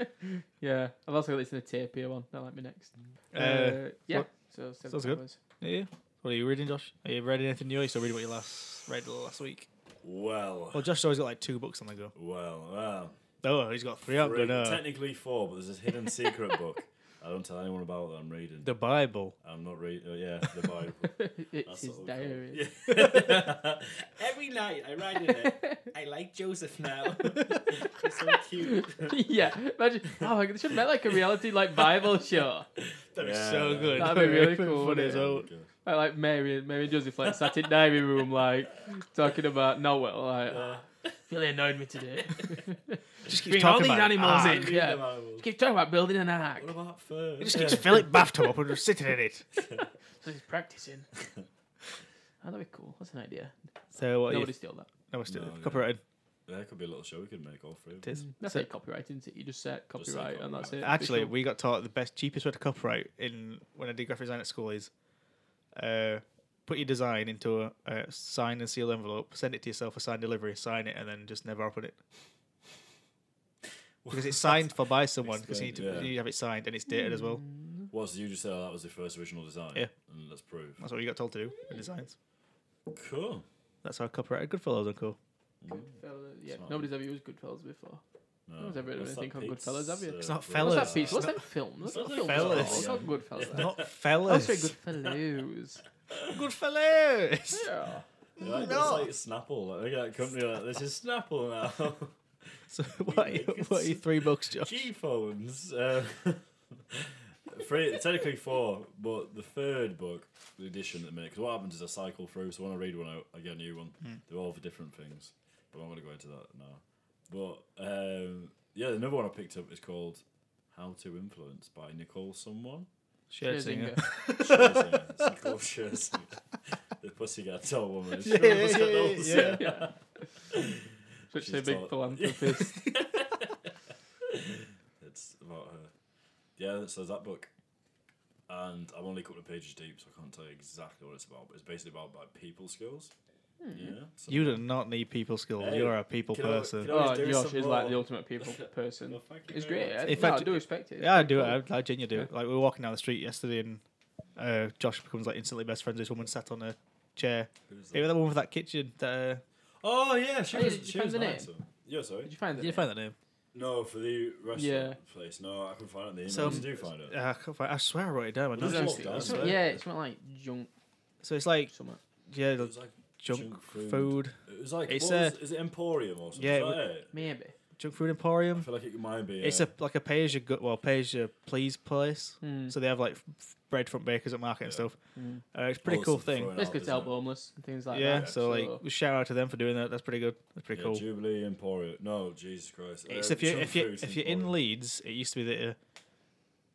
S3: Yeah. I've also got this in a tapir one. That might be next. Uh,
S1: Uh,
S3: yeah.
S1: what-
S3: So seven
S1: sounds good.
S3: hours.
S1: yeah. What are you reading, Josh? Are you reading anything new? Are you still reading what you last read last week?
S2: Well,
S1: Well, Josh's always got like two books on the go.
S2: well, well.
S1: Oh, he's got three out.
S2: Three-
S1: But, uh,
S2: Technically four, but there's this hidden secret book. I don't tell anyone about that I'm reading.
S1: The Bible.
S2: I'm not reading. Oh, yeah, the Bible.
S3: it's
S2: That's
S3: his
S2: what we call
S3: diary.
S2: it. Yeah. Every night I write in it. I like Joseph now. He's so cute.
S3: yeah, imagine. Oh, they should make like a reality like Bible show.
S1: That'd
S2: Yeah.
S1: be so good.
S3: That'd be really
S1: Fun
S3: cool, wouldn't
S1: as
S3: it?
S1: hell.
S3: Like, like Mary, and Mary and Joseph like sat in diary room like talking about Noel. Like,
S2: Yeah.
S3: Billy annoyed me today.
S1: Just keep
S3: Bring all
S1: talking
S3: these
S1: about it.
S3: animals
S1: Ah.
S3: in.
S2: Read
S3: Yeah.
S2: the Bible.
S3: Keep talking about building an ark.
S2: What about fur?
S1: He just keeps Philip bathtub up and just sitting in it.
S3: So he's practicing. oh, that'd be cool. That's an idea.
S1: So what?
S3: Nobody
S1: Nobody's
S3: steal that.
S1: no, it's
S2: No, yeah.
S1: copyrighted.
S2: There could be a little show we could make all three. of
S1: It is.
S3: That's
S1: So-
S3: like copyright, isn't it? You just set copyright,
S2: Just say
S3: and that's it.
S2: copyright.
S1: Actually,
S3: Official.
S1: we got taught the best, cheapest way to copyright in when I did graphic design at school is uh, put your design into a, a sign and seal envelope, send it to yourself for signed delivery, sign it, and then just never open it. Because it's signed for by someone, because you need to
S2: Explain, yeah.
S1: you need to have it signed and it's dated as well.
S3: Mm.
S2: them. What, so you just said oh, that was the first original design?
S1: Yeah.
S2: And let's prove.
S1: That's what we got told to do in designs.
S2: Cool.
S1: That's how I copyrighted Goodfellas and cool.
S3: Goodfellas, Yeah,
S2: Smart.
S3: nobody's ever used Goodfellas before.
S2: No.
S3: one's ever written
S2: What's that
S3: anything called
S2: pizza-
S3: Goodfellas, have you?
S1: It's not
S2: What's
S1: fellas.
S3: What's that piece?
S1: It's
S3: What's
S1: not-
S3: that film?
S2: it's
S3: That's not
S2: not
S3: film.
S1: fellas.
S3: It's called Goodfellas.
S1: Not
S3: I
S1: fellas.
S3: say Goodfellas.
S1: Goodfellas.
S3: yeah.
S2: Yeah, like,
S1: No.
S2: It's like Snapple. Like, look at that company. Like, this is Snapple now.
S1: So what are, you, what are your three books, Josh?
S2: G phones. Uh, three, technically four, but the third book, the edition that makes. What happens is I cycle through. So when I read one, I, I get a new one.
S1: Hmm.
S2: They're all for different things, but I'm not going to go into that now. But um, yeah, another one I picked up is called "How to Influence" by Nicole someone.
S1: Scherzinger.
S2: Scherzinger. It's Nicole Scherzinger. The pussycat doll woman. She
S1: Yeah,
S2: remembers
S1: yeah,
S2: her
S1: yeah,
S2: dolls,
S1: yeah.
S3: yeah. Such a
S2: She's
S3: big
S2: taught-
S3: philanthropist.
S2: It's about her. Yeah, so there's that book. And I'm only a couple of pages deep, so I can't tell you exactly what it's about. But it's basically about like, people skills.
S1: Hmm.
S2: Yeah. So
S1: You do not need people skills.
S2: Hey,
S1: You're a people
S2: can I-
S1: person.
S2: can I-
S3: Oh,
S2: Always do
S3: Josh
S2: some
S3: is like
S2: more.
S3: the ultimate people person.
S2: Well, thank you
S3: It's
S2: very
S3: great.
S2: much.
S3: eh?
S1: In
S3: no,
S1: fact-
S3: I do respect it. It's
S1: Yeah, I
S3: pretty
S1: do.
S3: cool.
S1: I, I genuinely do. Like we were walking down the street yesterday, and uh, Josh becomes like instantly best friends. with This woman sat on a chair.
S2: Who's that?
S1: Hey, that woman with that kitchen. That, uh,
S2: Oh, yeah, she
S3: Hey,
S2: was,
S3: did you
S2: she
S3: find
S2: was
S3: the
S2: nice.
S3: name?
S2: so- Yeah, sorry.
S3: Did you find that?
S1: did you find that name?
S2: No, for the restaurant
S3: Yeah.
S2: place. No, I couldn't find it in the email.
S1: So-
S2: Did you find it?
S1: Uh, I, can't find- I swear I wrote it down. but
S2: What
S1: no.
S2: is
S3: It's
S2: Walked down,
S3: not- it's
S2: so-
S3: not- yeah, it's not like junk
S1: So it's like
S3: somewhere.
S1: yeah,
S2: It
S1: the
S2: was like
S1: junk,
S2: junk
S1: food.
S2: food. it was like
S1: It's
S2: what
S1: a-
S2: was- is it Emporium or something?
S1: Yeah,
S2: Yeah,
S1: it
S2: is that
S1: would-
S2: it?
S3: Maybe.
S1: junk food
S2: I
S1: emporium.
S2: feel like it might be.
S1: It's a like a pay as you go, well pay as you please place.
S3: Hmm.
S1: So they have like f- f- bread from bakers at market and
S2: Yeah.
S1: stuff.
S3: Mm.
S1: Uh, it's a pretty
S2: Also
S1: cool
S2: throwing
S1: thing.
S2: out,
S3: That's good
S2: isn't
S3: to help
S2: it?
S3: homeless and things like
S1: Yeah.
S3: that.
S1: So like we shout out to them for doing that. That's pretty good. That's pretty
S2: Yeah,
S1: cool.
S2: Jubilee Emporium. No, Jesus Christ.
S1: It's
S2: Uh,
S1: if you
S2: junk
S1: if you
S2: food
S1: if you're in
S2: Emporium.
S1: Leeds, it used to be the uh,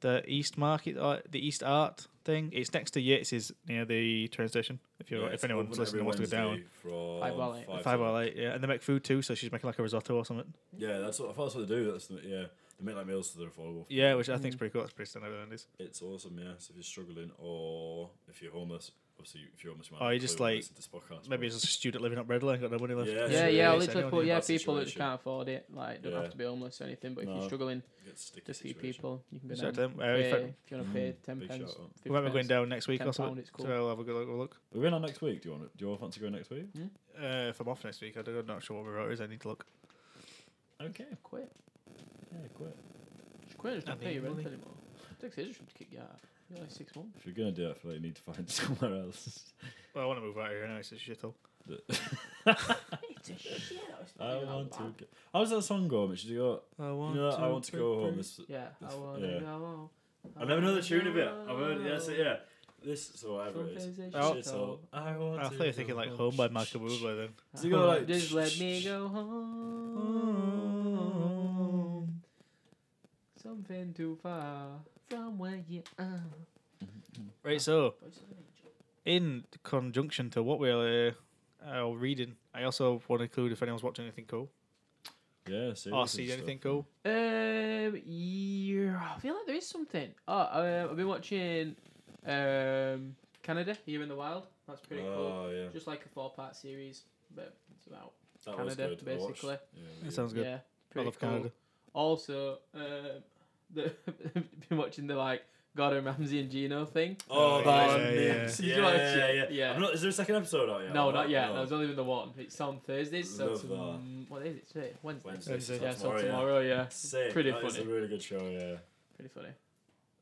S1: the East Market, uh, the East Art thing. It's next to Yates's near the train station. If you
S2: Yeah,
S1: are
S2: it's
S1: if anyone's
S2: open
S1: listening
S2: every
S1: wants to go down,
S2: Wednesday from
S3: Five while eight.
S2: five
S1: five
S2: till-
S1: while eight, yeah, and they make food too. So she's making like a risotto or something.
S2: Yeah, that's what, I thought that's what they do. That's the, yeah, they make like meals so they're affordable.
S1: Yeah, which I
S3: Mm.
S1: think is pretty cool. That's pretty standard is.
S2: It's awesome. Yeah, so if you're struggling or if you're homeless, obviously if you're homeless, you might
S1: Oh,
S2: not
S1: you
S2: clue
S1: just,
S2: when you
S1: like-
S2: listen to this podcast,
S1: Maybe
S2: but-
S1: it's just a student living up Bredlow and got no money left.
S2: Yeah,
S3: yeah,
S2: Sure,
S3: yeah,
S2: yeah,
S3: I'll
S2: it's
S3: literally
S1: anyone
S3: put
S1: in
S3: yeah,
S2: that
S3: people that just
S2: situation.
S3: can't afford it, like don't
S2: Yeah.
S3: have to be homeless or anything. But if
S2: No.
S3: you're struggling,
S2: you get a sticky
S3: just a few
S2: situation.
S3: people, you can go
S1: Shout out
S3: down.
S1: to them. Uh,
S3: pay,
S1: in fact,
S3: if you want to pay ten
S2: Mm, Big
S3: pens,
S2: shout out.
S1: we might be going
S3: pence.
S1: down next week
S3: Ten
S1: or something.
S3: pound, it's cool.
S1: So I'll have a good look. look.
S2: We're going on next week. Do you want? Do you all fancy going next week?
S1: Uh, if I'm off next week, I don't- I'm not sure what my route is. I need to look.
S2: Okay.
S3: Quit.
S2: Yeah, quit.
S3: Just quit. Just don't
S1: I
S3: pay your
S1: mean,
S3: rent
S1: really?
S3: anymore. It takes ages for them to kick you out. You're like six months.
S2: If you're gonna do it, I feel like you need to find somewhere else.
S1: Well, I want to move out of here anyway. It's a shithole.
S3: It's a shit.
S2: I want to. Go. How's that song go? Mitch? Did you go?
S1: I
S2: You know, I want to go home. This,
S3: Yeah, I
S2: That's-
S3: want to
S2: yeah.
S3: go.
S2: I never know the tune of it. I've heard. That's it. Yeah. This. So whatever it is.
S1: Oh.
S2: Shithole. I want
S1: I
S2: to
S1: thought you were thinking
S2: go
S1: like
S2: home.
S1: Home by Michael Bublé then.
S2: So you go like-
S3: just let me go
S2: mm.
S3: home. Something too far from where you are.
S1: Right, so
S3: Voice of an angel.
S1: in conjunction to what we're uh, uh, reading, I also want to include if anyone's watching anything cool
S2: Yeah.
S1: or
S2: series and
S1: sees
S2: stuff.
S1: anything cool.
S3: Um, yeah, I feel like there is something. Oh, uh, I've been watching um Canada Here in the Wild. That's pretty cool.
S2: Oh yeah.
S3: Just like a four-part series, but it's about
S2: That
S3: Canada,
S2: I watched-
S3: basically.
S2: Yeah,
S1: That sounds good.
S3: yeah,
S1: I
S3: pretty
S1: love
S3: cool.
S1: Canada.
S3: Also, um, the been watching the like Gordon Ramsay and Gino thing.
S2: Oh,
S1: yeah,
S2: yeah,
S1: yeah,
S2: yeah,
S3: yeah. You watch
S2: yeah,
S3: it?
S2: yeah.
S3: Yeah.
S2: I'm not, is there a second episode out yet?
S3: no,
S2: I'm
S3: not yet.
S2: no.
S3: No, it's only been the one. It's on Thursdays. So
S2: Love
S3: tom- what is it today? Wednesday.
S2: Wednesday.
S1: Wednesday.
S2: so
S3: Yeah, so
S2: tomorrow, yeah.
S3: tomorrow, yeah.
S2: Sick.
S3: Pretty
S2: That is
S3: funny.
S2: a really good show. Yeah.
S3: Pretty funny.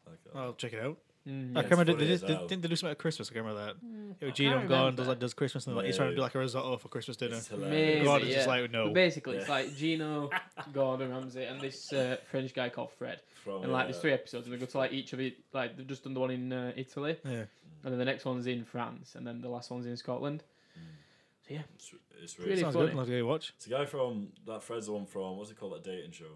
S2: Like, uh,
S1: I'll check it out.
S3: Mm,
S1: I
S3: yeah.
S2: it's
S1: can't remember. They,
S2: funny as
S1: did- they,
S2: hell.
S1: didn't they do something at Christmas? Hmm, I can't remember that. It was
S3: I
S1: Gino
S3: can't
S1: Gone
S3: remember.
S1: does like does Christmas and like he's trying to do
S2: No.
S1: like a risotto for Christmas dinner.
S2: it's hilarious.
S3: Maybe,
S1: God is
S3: yeah.
S1: just like
S3: But
S1: no.
S3: basically, it's
S2: Oh, Yeah.
S3: like Gino, Gordon Ramsay, and this uh, French guy called Fred.
S2: From,
S3: And like there's
S2: uh,
S3: three episodes, and they go to like each of it. Like they've just done the one in uh, Italy,
S1: Yeah.
S3: and then the next one's in France, and then the last one's in Scotland.
S2: It's, it's
S3: Really
S2: really.
S1: Sounds
S3: funny.
S1: good. I'll have to go watch.
S2: It's a guy from that Fred's the one from what's it called that dating show?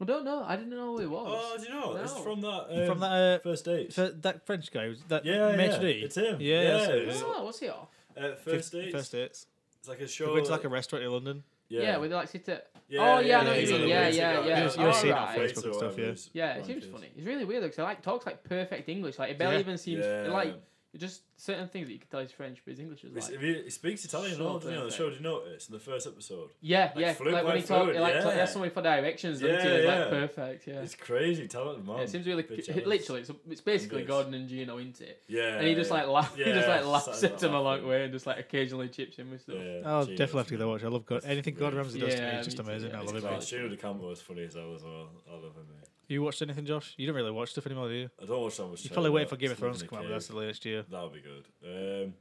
S3: I don't know. I didn't know who it
S2: Oh,
S3: was.
S2: do you know? It's
S3: No.
S2: from that. Um,
S1: From that uh,
S2: first date.
S1: so that French guy, was that
S2: yeah,
S1: Maitre
S2: yeah,
S1: d'?
S2: it's him.
S1: Yeah,
S2: yeah.
S1: that's it.
S2: it's-
S3: Oh, what's he off?
S2: uh, first date.
S1: First dates.
S2: It's like a
S1: They
S2: show.
S1: went to like a restaurant in London.
S3: Yeah,
S2: yeah,
S3: where they like sit at.
S2: Yeah,
S3: Oh, yeah, I know
S1: what you
S2: he's
S1: mean.
S2: on the
S1: Yeah,
S2: waiter
S3: yeah,
S2: guy.
S3: yeah.
S1: You'll- you'll see it on
S2: Alright.
S1: Facebook and stuff, yeah.
S2: Waiters,
S3: Yeah, it
S2: whatever
S3: seems
S2: is.
S3: funny. It's really weird because I like talks like perfect English. Like it barely
S1: Yeah.
S3: even seems
S2: Yeah.
S3: like just certain things that you could tell he's French, but his English is
S2: It's-
S3: like.
S2: if he, he speaks Italian,
S3: So
S2: all, doesn't he, on the
S3: perfect.
S2: show? Did you notice in the first episode?
S3: Yeah,
S2: like
S3: yeah.
S2: fluent,
S3: like when he
S2: like
S3: talks,
S2: fluent,
S3: like yeah.
S2: yeah.
S3: asks someone for directions, yeah,
S2: Yeah,
S3: yeah. like
S2: yeah.
S3: perfect. Yeah.
S2: It's crazy talented man.
S3: Yeah, it seems really
S2: Big
S3: c-
S2: challenge.
S3: literally. It's, it's basically
S2: Oh, English.
S3: Gordon and Gino, isn't it?
S2: Yeah,
S3: and he just like laughs. he just like
S2: Yeah,
S3: laughs
S2: something
S3: at
S2: like
S3: him
S2: that.
S3: along the way, and just like occasionally chips him with stuff.
S2: Yeah,
S1: I'll
S2: Gino,
S1: Oh, definitely have to
S2: it's
S1: go there watch. I love God.
S2: Oh, That's
S1: Anything God
S2: really
S1: Ramsay does to me
S3: Yeah,
S1: is just
S3: me too,
S1: amazing.
S3: yeah.
S1: I
S3: It's
S1: love it.
S2: Like
S1: man.
S3: class.
S2: Shino DeCampo is funny as hell as well. I love him. Mate.
S1: You watched anything, Josh? You don't really watch stuff anymore, do you?
S2: I don't watch that much.
S1: You probably wait
S2: wait
S1: for Game of Thrones to come out, but that's the latest year.
S2: That'll be good. Um,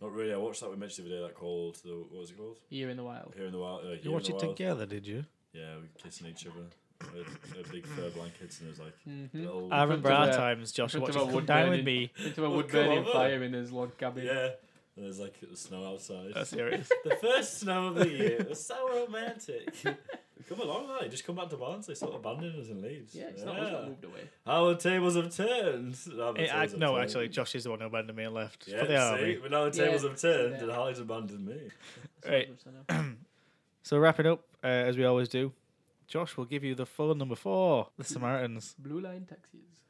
S2: not really. I watched that we mentioned the other day. That called the, what was it called?
S3: Year in the wild.
S2: Here in the wild. Uh, Here
S1: You
S2: in
S1: watched
S2: the
S1: it
S2: Wild.
S1: together, did you?
S2: Yeah, we were kissing each other. We had, uh, big fur blankets and it was like
S3: Mm-hmm.
S2: little.
S1: I remember
S3: of
S1: our
S3: a-
S1: times, Josh,
S3: in front of
S1: watching
S3: a
S1: Come
S3: wood
S1: Down With
S3: burning-
S1: Me.
S3: Into a
S2: Well,
S3: wood
S2: come
S3: burning
S2: over.
S3: fire in his log cabin.
S2: yeah. And there's like the snow outside.
S1: That's serious.
S2: the first snow of the year. It was so romantic. come along, lad. Just come back to Barnsley. Sort of abandoned us and leaves.
S3: Yeah, it's not, it's not moved away.
S2: How the tables have turned. Now the
S1: Eh, I-
S2: tables have
S1: no,
S2: turned.
S1: actually, Josh is the one who abandoned me and left.
S2: Yeah,
S1: but they are.
S2: see,
S1: mate.
S2: but now the
S3: Yeah,
S2: tables have turned
S3: yeah.
S2: and Holly's abandoned me.
S3: It's not
S1: Right.
S3: moved, I know.
S1: So wrapping up, uh, as we always do, Josh will give you the phone number four. The Samaritans.
S3: Blue line taxis.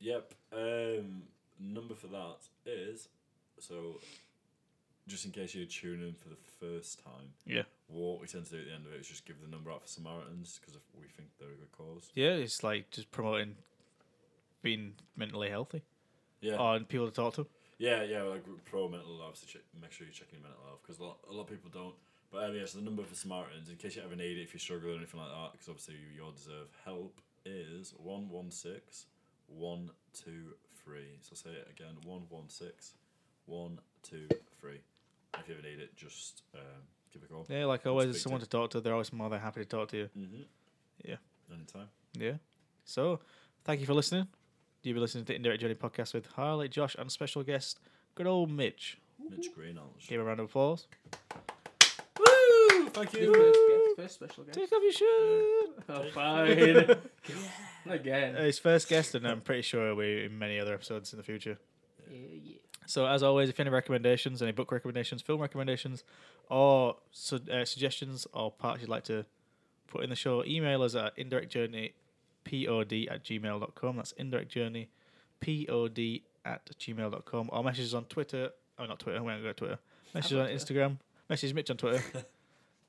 S2: Yep. Um, number for that is so. Just in case you tune in for the first time,
S1: Yeah.
S2: what we tend to do at the end of it is just give the number out for Samaritans because we think they're a good cause.
S1: Yeah, it's like just promoting being mentally healthy Oh,
S2: Yeah,
S1: and people to talk to.
S2: yeah, yeah. Like pro mental health, so check, make sure you're checking your mental health because a lot, a lot of people don't. But um, yeah, so the number for Samaritans in case you ever need it if you're struggling or anything like that because obviously you all deserve help is one one six one two three. So say it again: one one six one two three. If you ever need it, just um, give a call.
S1: Yeah, like always,
S2: speak
S1: there's
S2: to
S1: someone to talk to. They're always more than happy to talk to you.
S2: Mm-hmm.
S1: Yeah.
S2: Anytime.
S1: Yeah. So, thank you for listening. You've been listening to the Indirect Journey podcast with Harley, Josh, and special guest, good old Mitch.
S2: Mitch Greenhalgh.
S1: Give him a round of applause.
S2: Woo! Thank
S3: This first guest, first special guest.
S1: Take off your shirt.
S3: Oh, fine. Again.
S1: Uh, His first guest, and I'm pretty sure we're in many other episodes in the future.
S3: yeah, yeah.
S1: So, as always, if any recommendations, any book recommendations, film recommendations, or su- uh, suggestions or parts you'd like to put in the show, email us at indirectjourneypod at gmail.com. That's indirectjourneypod at gmail.com. Or message us on Twitter. Oh, not Twitter. We haven't got Twitter. Message us
S3: got
S1: on Instagram. Message Mitch on Twitter.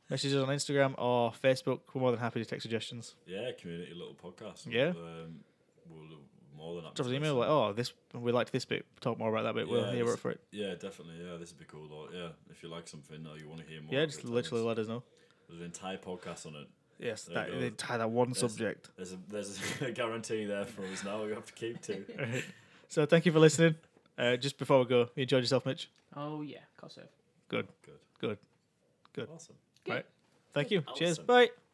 S1: message us on Instagram or Facebook. We're more than happy to take suggestions.
S2: Yeah, community little podcast.
S1: Yeah.
S2: Um, we'll more than happy
S1: Drop us
S2: to
S1: an email
S2: listen.
S1: like, oh, this we liked this bit. Talk more about that bit.
S2: Yeah,
S1: we'll hear
S2: this-
S1: up for it.
S2: Yeah, definitely. Yeah, this would be cool. Or, yeah, if you like something or you want to hear more.
S1: Yeah,
S2: of
S1: just
S2: it, tell
S1: literally
S2: us.
S1: let us know.
S2: There's an entire podcast on it.
S1: Yes,
S2: There
S1: that,
S2: you go.
S1: they tie that one
S2: Yes.
S1: subject.
S2: There's a there's a guarantee there for us now. We have to keep to.
S1: So thank you for listening. Uh, just before we go, you enjoyed yourself, Mitch.
S3: Oh, yeah. Cost
S1: Good.
S2: Good.
S1: Good.
S2: Awesome.
S1: Thank you. Cheers.
S2: Awesome.
S1: Bye.